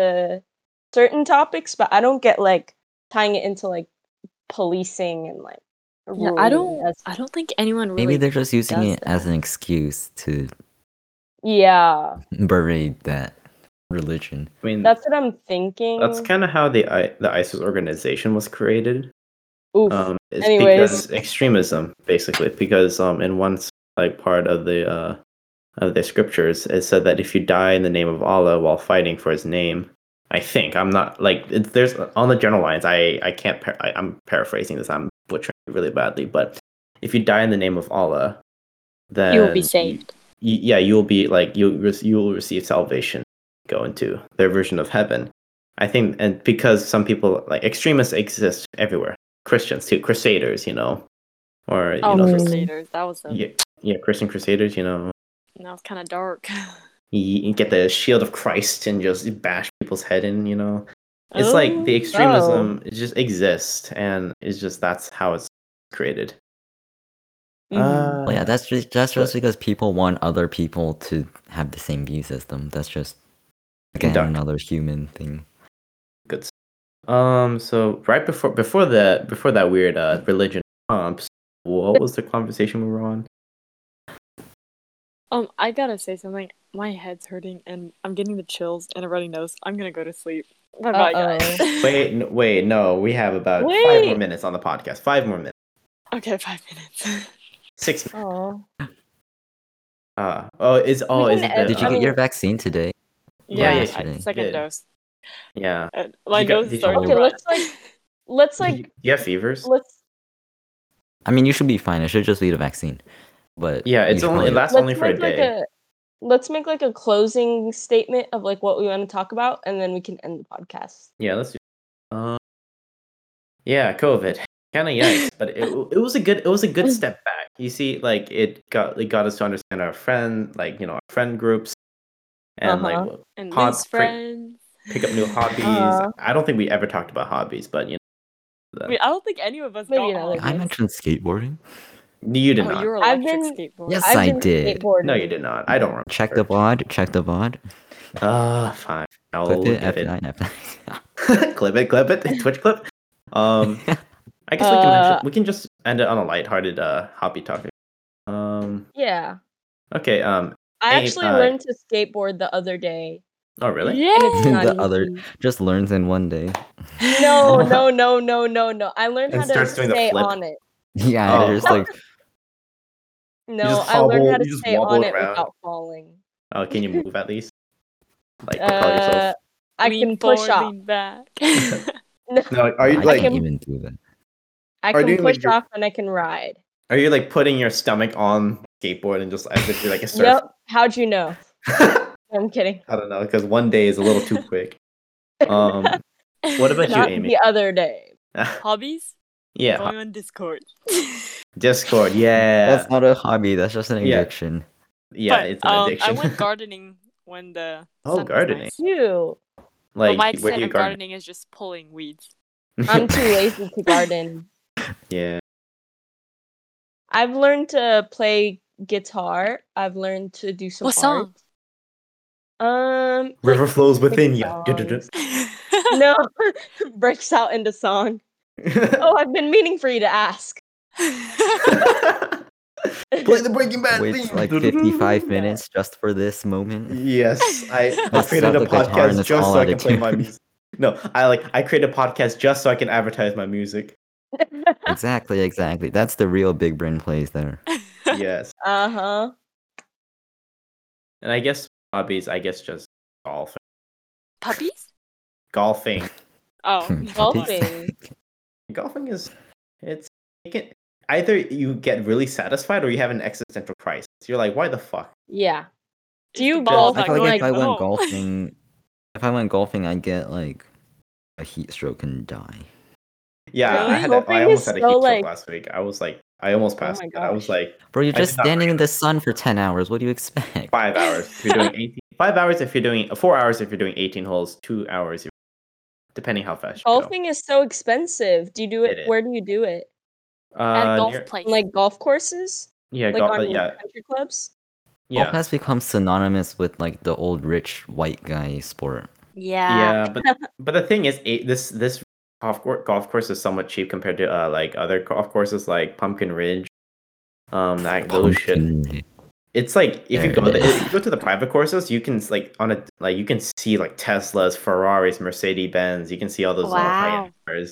S2: certain topics but i don't get like tying it into like policing and like
S4: Yeah, I
S2: ruling
S4: don't.
S2: as-
S4: I don't think anyone really.
S3: Maybe they're just using
S4: does
S3: it as an excuse to
S2: yeah
S3: berate that religion.
S1: I mean, that's
S2: that's what i'm thinking
S1: Mm. that's kind of how the I- the ISIS organization was created.
S2: Oof.
S1: Um, it's
S2: Anyways.
S1: because extremism, basically, because um, in one s- like part of the uh, of the scriptures, it said that if you die in the name of Allah while fighting for His name, I think I'm not like it's, there's on the general lines. I I can't. Par- I, I'm paraphrasing this. I'm butchering it really badly, but if you die in the name of Allah, then
S4: you will be saved.
S1: y- yeah, you will be like you will you will receive salvation, go into their version of heaven. I think, and because some people like extremists exist everywhere, Christians too, crusaders, you know, or you
S4: Oh,
S1: know,
S4: Crusaders. That was a,
S1: yeah, yeah, Christian crusaders, you know,
S4: that was kind of dark.
S1: you, you get the shield of Christ and just bash people's head in, you know. It's like the
S4: Oh,
S1: extremism it just exists, and it's just that's how it's created.
S4: Mm-hmm.
S2: Mhm.
S1: Uh,
S3: Well, Oh, yeah, that's just that's just
S1: but-
S3: because people want other people to have the same view system. That's just again
S1: Dark.
S3: another human thing.
S1: good s- um so right before before that before that weird uh religion comps what was the conversation we were on
S4: Um, I gotta say something. My head's hurting, and I'm getting the chills and a runny nose. I'm gonna go to sleep. Bye bye, guys.
S1: wait n- wait no we have about five more
S2: Wait.
S1: minutes on the podcast five more minutes
S4: okay, five minutes.
S1: six mi-
S2: Aw.
S1: uh oh is oh
S2: We
S1: is
S2: can
S1: it the,
S2: edit
S3: Did you
S2: I
S1: um,
S3: get
S2: mean-
S3: your vaccine today?
S4: yeah,
S1: yeah,
S4: I-
S3: yeah,
S4: second
S1: yeah.
S4: dose.
S1: yeah
S4: Uh, my
S1: You got-
S4: nose
S1: did you
S4: is starting
S1: get
S4: to
S2: Okay,
S4: run.
S2: let's, like- let's
S1: Do
S2: like
S1: you- do you have fevers
S2: let's
S3: I mean, you should be fine. It should just be the vaccine. But
S1: yeah it's
S3: you
S1: only it
S3: probably-
S1: lasts
S2: let's
S1: only for a
S2: make like
S1: day
S2: a let's make like a closing statement of like what we want to talk about and then we can end the podcast
S1: yeah let's do um yeah covid kind of yikes but it, it was a good it was a good step back you see like it got it got us to understand our friend like you know our friend groups and
S2: Uh-huh.
S1: like
S4: And
S1: Hot
S4: lose
S1: freak.
S4: friends.
S1: pick up new hobbies.
S4: Uh-huh.
S2: Uh.
S1: I don't think we ever talked about hobbies, but you know,
S4: I mean, I don't think any of us
S2: Maybe
S4: got
S2: another
S4: all
S2: day.
S3: I mentioned skateboarding.
S1: you did
S4: Oh,
S1: not.
S4: you were
S2: I've
S4: electric
S2: been-
S4: skateboard.
S3: Yes.
S2: I've
S3: I
S2: been
S3: did.
S2: skateboarding.
S1: No, you did not. I don't remember.
S3: Check the VOD. Check the VOD.
S1: Ah, fine. I'll
S3: Clip it.
S1: get
S3: F9. F9.
S1: it. clip it. Clip it. Twitch clip. Um, I guess we can
S2: Uh.
S1: actually, we can just end it on a lighthearted uh hobby topic. Um,
S2: yeah
S1: okay. Um,
S2: i
S1: Hey,
S2: actually
S1: uh,
S2: learned to skateboard the other day
S1: oh really?
S4: Yeah.
S2: and it's not
S3: The other-
S2: easy.
S3: Just learns in one day.
S2: no no no no no no i learned
S1: And
S2: how to
S1: starts doing the
S2: stay
S1: flip.
S2: on it
S3: Yeah,
S1: Oh.
S3: it's just like
S2: no
S1: just
S2: i learned
S1: hobble-
S2: how to
S1: you just
S2: stay
S1: wobble
S2: on it
S1: around.
S2: without falling
S1: Oh, can you move at least? Like
S4: Uh,
S1: propel yourself.
S2: Uh, I
S4: Lean
S2: can push
S4: forward,
S2: off.
S4: lean back.
S1: No, like, are you
S3: I
S1: like
S3: can't
S2: can-
S3: even do that.
S2: I
S1: Or
S2: can
S1: doing, like,
S2: push
S1: your-
S2: off and I can ride.
S1: are you like putting your stomach on skateboard and just as if you're like a surf?
S2: Nope. How'd you know? I'm kidding.
S1: I don't know, because one day is a little too quick. Um What about you,
S2: Not
S1: Amy?
S2: the other day.
S4: Hobbies?
S1: yeah.
S4: Going on Discord.
S1: Discord, yeah.
S3: That's not a hobby. That's just an
S1: Yeah.
S3: addiction.
S1: yeah,
S4: But,
S1: it's an
S4: um,
S1: addiction.
S4: I went gardening when the
S1: Oh,
S4: sun was
S1: gardening.
S4: nice.
S2: You.
S1: like
S4: but my
S1: where
S4: extent
S1: do you
S4: of
S1: garden?
S4: gardening is just pulling weeds.
S2: I'm too lazy to garden.
S1: yeah.
S2: I've learned to play guitar. I've learned to do some
S4: What
S2: art.
S4: song?
S2: Um
S1: River flows within you.
S2: songs. no breaks out into song. Oh, I've been meaning for you to ask.
S1: Play the Breaking Bad
S3: Waits
S1: theme.
S3: like 55 minutes just for this moment.
S1: Yes, I, I
S3: That's
S1: created a
S3: not the guitar and
S1: podcast
S3: it's
S1: just
S3: all
S1: so I can play
S3: attitude.
S1: my music. No, I like I created a podcast just so I can advertise my music.
S3: Exactly, exactly. That's the real big brain plays there.
S1: Yes,
S2: Uh-huh.
S1: and I guess hobbies. I guess just golf,
S4: Puppies?
S1: golfing.
S4: Oh,
S3: Hmm,
S4: golfing.
S2: Golfing.
S1: Golfing is it's it can, either you get really satisfied or you have an existential crisis. You're like, why the fuck?
S2: Yeah. Do you
S4: It's the ball
S2: golf?
S3: I
S4: that
S3: feel
S4: goes
S3: like,
S2: like,
S3: if I
S4: oh.
S3: went golfing, if I went golfing, I'd get like a heat stroke and die.
S1: Yeah, I
S4: Really?
S1: had that,
S2: Golfing
S1: I
S2: is
S1: almost had a heat
S2: so,
S1: stroke
S2: like- Oh
S1: last week. I was like, I almost passed.
S2: my
S1: out. I was
S2: gosh.
S1: like
S3: Bro,
S1: I
S3: you're
S1: did
S3: just
S1: not
S3: standing in the sun for 10 hours. What do you expect?
S1: five hours if you're doing 18 five hours if you're doing four hours if you're doing 18 holes two hours if, depending how fast you go.
S2: golfing is so expensive. Do you do
S1: It
S2: it?
S1: is.
S2: where do you do it?
S4: At
S1: Uh,
S4: golf
S1: near-
S4: place.
S2: Like golf courses?
S1: yeah,
S2: Like
S1: golf,
S2: on
S1: yeah
S2: country clubs?
S1: yeah
S3: Golf has become synonymous with like the old rich white guy sport.
S4: yeah.
S1: yeah but but the thing is eh, this this golf, cour- golf course is somewhat cheap compared to uh, like other golf courses like pumpkin ridge um that those shit
S3: Pumpkin.
S1: it's like if you
S3: There
S1: go
S3: it
S1: the,
S3: is.
S1: if you go to the private courses you can s- like on a like you can see like teslas ferraris mercedes benz you can see all those uh, high-end
S4: Wow.
S1: cars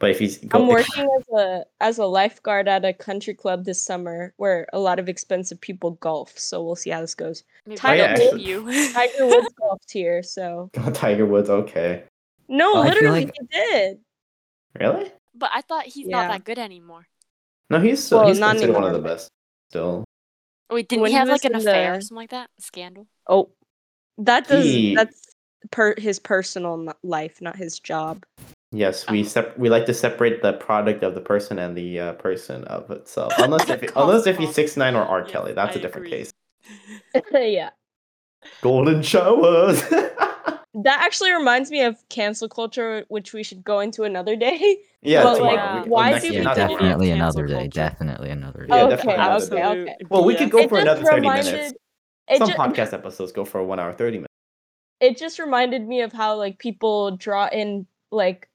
S1: but if you s- go
S2: I'm working as a as a lifeguard at a country club this summer where a lot of expensive people golf. So we'll see how this goes.
S1: Oh,
S4: Maybe
S2: Tiger
S4: I'll meet
S1: Woods.
S4: you.
S2: Tiger Woods golfed here, so
S1: tiger woods okay
S2: no,
S3: Well, I feel
S2: literally
S3: like-
S2: he did.
S1: Really?
S4: But I thought he's
S2: Yeah.
S4: not that good anymore.
S1: No, he's still,
S2: Well,
S1: he's
S2: not
S1: considered one of the
S2: anymore.
S1: best. Still,
S4: Wait, didn't
S2: When
S4: he
S2: he
S4: have
S2: was
S4: like an
S2: in
S4: affair or
S2: the-
S4: something like that? A scandal?
S2: Oh, that does
S1: He-
S2: that's per his personal n- life, not his job.
S1: yes,
S2: Oh.
S1: we sep- we like to separate the product of the person and the uh, person of itself. Unless if
S4: Cough,
S1: unless if he's
S4: cough.
S1: six nine or R
S4: Yes,
S1: Kelly, that's a
S4: I
S1: different
S4: agree.
S1: case.
S2: yeah,
S1: Golden showers.
S2: that actually reminds me of cancel culture, which we should go into another day.
S1: yeah,
S2: Well,
S1: tomorrow.
S4: like,
S1: we-
S2: why
S1: next-
S2: do
S1: yeah,
S2: we
S3: Yeah,
S1: not
S2: people-
S1: tomorrow.
S3: definitely
S4: Cancel
S3: another day.
S4: culture.
S3: Definitely another
S1: Yeah,
S3: day.
S2: okay,
S1: definitely another
S2: okay,
S1: day.
S2: okay.
S1: Well, we could go
S2: It
S1: for
S2: just
S1: another thirty
S2: reminded-
S1: minutes.
S2: It
S1: Some
S2: ju-
S1: podcast episodes go for one hour thirty minutes.
S2: it just reminded me of how like people draw in like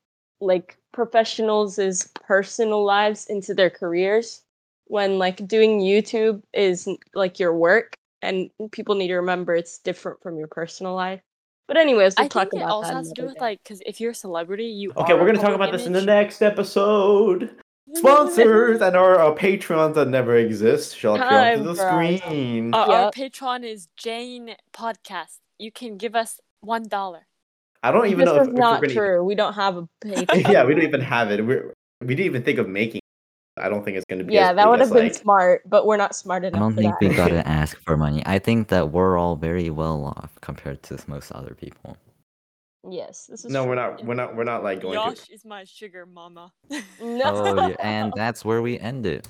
S2: like professionals' personal lives into their careers when like doing YouTube is like your work and people need to remember it's different from your personal life. But anyways, we'll
S4: I
S2: talk
S4: think it
S2: about
S4: also
S2: that
S4: has to do
S2: another
S4: with
S2: day.
S4: like, because if you're a celebrity, you
S1: Okay,
S4: are
S1: we're
S4: a
S1: gonna talk
S4: public
S1: about this in the
S4: image.
S1: next episode. Sponsors and our, uh patrons that never exist shall appear onto
S2: Time Oh,
S1: the
S2: for our-
S1: screen.
S4: Uh, Our
S2: Yep.
S4: Patreon is Jane Podcast. You can give us one dollar.
S1: I don't even
S2: this
S1: know if,
S2: is
S1: if we're
S2: not
S1: gonna even-
S2: true. We don't have a page.
S1: yeah, we don't even have it. We're, we didn't even think of making. it. I don't think it's going to be.
S2: yeah,
S1: as
S2: that
S1: big
S2: would
S1: as,
S2: have been
S1: like-
S2: smart, but we're not smart enough
S3: I don't
S2: for
S3: think
S2: that.
S3: we gotta ask for money. I think that we're all very well off compared to most other people.
S2: Yes, this is
S1: No,
S2: true.
S1: we're not. We're not. We're not like going.
S4: Yosh
S1: To,
S4: is my sugar mama.
S2: no.
S3: Oh, yeah, and that's where we end it.